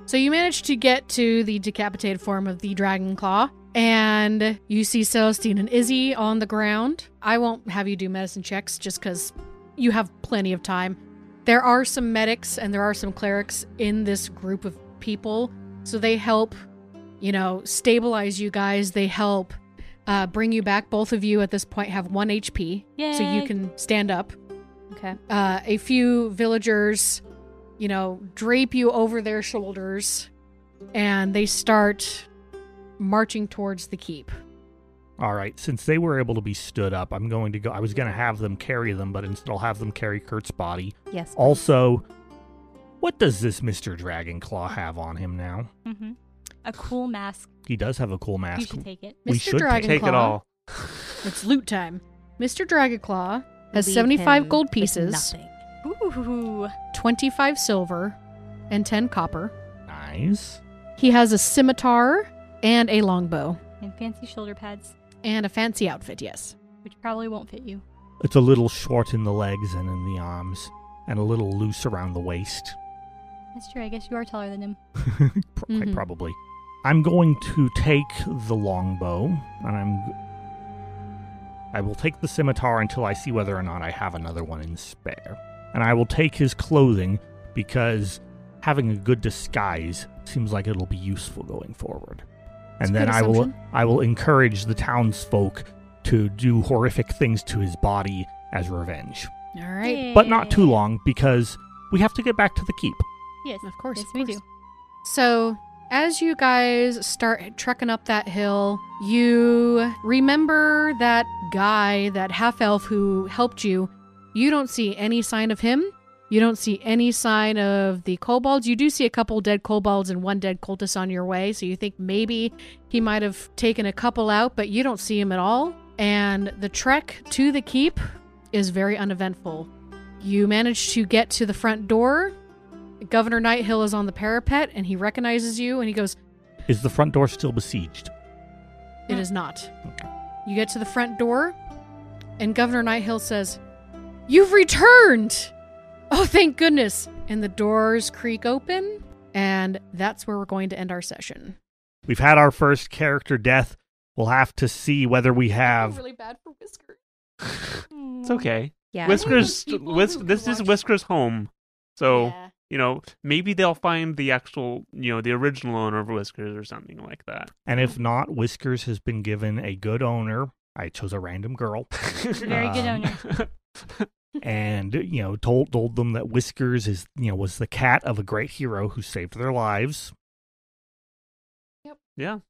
Speaker 1: So you manage to get to the decapitated form of the dragon claw, and you see Celestine and Izzy on the ground. I won't have you do medicine checks just because you have plenty of time. There are some medics and there are some clerics in this group of people, so they help, you know, stabilize you guys. They help uh, bring you back. Both of you at this point have one HP, so you
Speaker 2: Yay.
Speaker 1: can stand up
Speaker 4: Okay.
Speaker 1: uh, a few villagers, you know, drape you over their shoulders and they start marching towards the keep.
Speaker 5: All right, since they were able to be stood up, I'm going to go. I was going to have them carry them, but instead I'll have them carry Kurt's body.
Speaker 4: Yes.
Speaker 5: Also, what does this Mr. Dragonclaw have on him now?
Speaker 2: Mhm. A cool mask.
Speaker 5: He does have a cool
Speaker 2: You
Speaker 5: mask.
Speaker 2: should take it.
Speaker 5: We
Speaker 1: Mr.
Speaker 5: should
Speaker 1: Dragonclaw,
Speaker 3: Take it all.
Speaker 1: it's loot time. Mr. Dragonclaw has
Speaker 4: Leave
Speaker 1: 75
Speaker 4: him
Speaker 1: gold
Speaker 4: with
Speaker 1: pieces,
Speaker 4: nothing.
Speaker 2: Ooh.
Speaker 1: 25 silver, and 10 copper.
Speaker 5: Nice.
Speaker 1: He has a scimitar and a longbow
Speaker 2: And fancy shoulder pads,
Speaker 1: and a fancy outfit, yes.
Speaker 2: which probably won't fit you.
Speaker 5: It's a little short in the legs and in the arms, and a little loose around the waist.
Speaker 2: That's true. I guess you are taller than him.
Speaker 5: Pro-
Speaker 1: Mhm.
Speaker 5: Probably. I'm going to take the longbow, and I'm. I will take the scimitar until I see whether or not I have another one in spare. And I will take his clothing because having a good disguise seems like it'll be useful going forward.
Speaker 1: That's a
Speaker 5: And then
Speaker 1: good
Speaker 5: I will
Speaker 1: assumption.
Speaker 5: I will encourage the townsfolk to do horrific things to his body as revenge.
Speaker 1: All right.
Speaker 5: But not too
Speaker 1: Eh.
Speaker 2: Yay.
Speaker 5: long because we have to get back to the keep.
Speaker 2: Yes.
Speaker 1: Of course,
Speaker 2: Yes,
Speaker 1: of
Speaker 2: we
Speaker 1: course.
Speaker 2: do.
Speaker 1: So, as you guys start trekking up that hill, you remember that guy, that half elf who helped you. You don't see any sign of him. You don't see any sign of the kobolds. You do see a couple dead kobolds and one dead cultist on your way, so you think maybe he might have taken a couple out, but you don't see him at all. And the trek to the keep is very uneventful. You manage to get to the front door. Governor Nighthill is on the parapet and he recognizes you and he goes,
Speaker 5: Is the front door still besieged?
Speaker 1: It is not. You get to the front door and Governor Nighthill says, You've returned! Oh, thank goodness! And the doors creak open, and that's where we're going to end our session.
Speaker 5: We've had our first character death. We'll have to see whether we have.
Speaker 1: really bad for Whisker.
Speaker 3: It's okay.
Speaker 4: Yeah.
Speaker 3: Whiskers.
Speaker 1: People who
Speaker 3: Whis-
Speaker 1: can
Speaker 3: this is
Speaker 1: watch-
Speaker 3: Whiskers' home. So, you know, maybe they'll find the actual, you know, the original owner of Whiskers or something like that.
Speaker 5: And if not, Whiskers has been given a good owner. I chose a random girl,
Speaker 2: Very good
Speaker 5: Um,
Speaker 2: owner.
Speaker 5: and you know, told told them that Whiskers is you know was the cat of a great hero who saved their lives.
Speaker 3: yeah.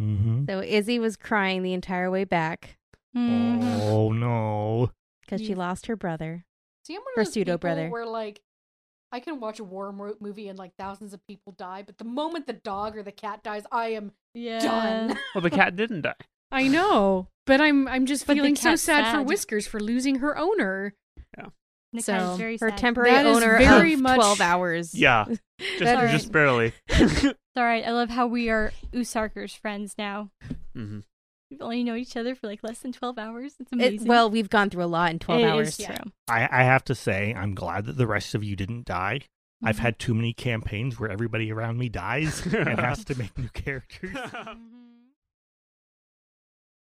Speaker 5: Mm-hmm.
Speaker 4: So Izzy was crying the entire way back
Speaker 2: Mhm.
Speaker 5: Oh no!
Speaker 4: because she
Speaker 2: Yes.
Speaker 4: lost her brother.
Speaker 1: See, I'm one
Speaker 4: Her pseudo-brother.
Speaker 1: Where like, I can watch a war mo- movie and like thousands of people die, but the moment the dog or the cat dies, I am
Speaker 2: Yeah.
Speaker 1: done.
Speaker 3: Well, the cat didn't die.
Speaker 1: I know, but I'm I'm just
Speaker 2: But the
Speaker 1: feeling so
Speaker 2: cat's
Speaker 1: sad, for
Speaker 2: sad.
Speaker 1: Whiskers for losing her owner.
Speaker 2: Nick
Speaker 1: So,
Speaker 2: is very
Speaker 4: Her
Speaker 2: sad.
Speaker 4: temporary
Speaker 1: That is
Speaker 4: owner
Speaker 1: very
Speaker 4: of
Speaker 1: much-
Speaker 4: twelve hours.
Speaker 3: Yeah. Just,
Speaker 2: That
Speaker 3: just
Speaker 2: is-
Speaker 3: barely.
Speaker 2: It's all right. I love how we are Usarker's friends now.
Speaker 3: hmm
Speaker 2: We've only known each other for like less than 12 hours. It's
Speaker 4: It,
Speaker 2: amazing.
Speaker 4: well, we've gone through a lot in twelve
Speaker 2: It
Speaker 4: hours.
Speaker 2: is true.
Speaker 5: I I have to say I'm glad that the rest of you didn't die. I've
Speaker 2: Mhm.
Speaker 5: had too many campaigns where everybody around me dies and has to make new characters.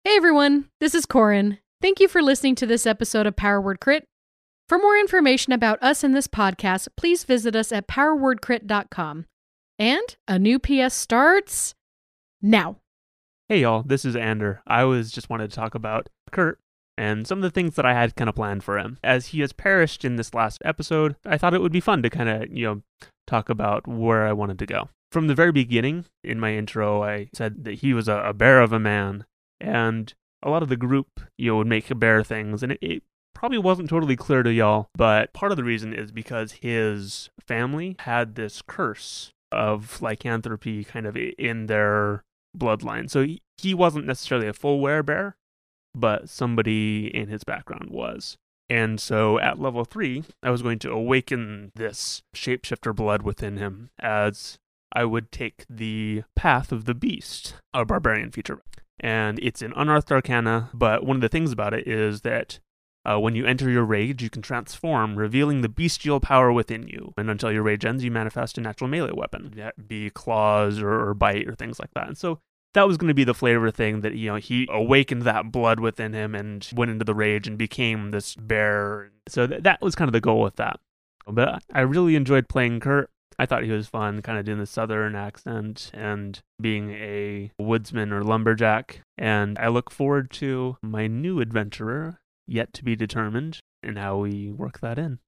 Speaker 1: Hey everyone, this is Corin. Thank you for listening to this episode of Power Word Crit. For more information about us and this podcast, please visit us at powerwordcrit.com. And a new PS starts now.
Speaker 3: Hey y'all, this is Ander. I was just wanted to talk about Kurt and some of the things that I had kind of planned for him. As he has perished in this last episode, I thought it would be fun to kind of, you know, talk about where I wanted to go. From the very beginning, in my intro, I said that he was a, a bear of a man, and a lot of the group, you know, would make bear things, and it, it probably wasn't totally clear to y'all, but part of the reason is because his family had this curse of lycanthropy kind of i- in their bloodline. So he, he wasn't necessarily a full werebear, but somebody in his background was. And so at level three, I was going to awaken this shapeshifter blood within him as I would take the path of the beast, a barbarian feature. And it's in Unearthed Arcana, but one of the things about it is that uh, when you enter your rage, you can transform, revealing the bestial power within you. And until your rage ends, you manifest a natural melee weapon, that be claws or, or bite or things like that. And so that was going to be the flavor thing that, you know, he awakened that blood within him and went into the rage and became this bear. So th- that was kind of the goal with that. But I- I really enjoyed playing Kurt. I thought he was fun, kind of doing the southern accent and being a woodsman or lumberjack. And I look forward to my new adventurer, yet to be determined and how we work that in.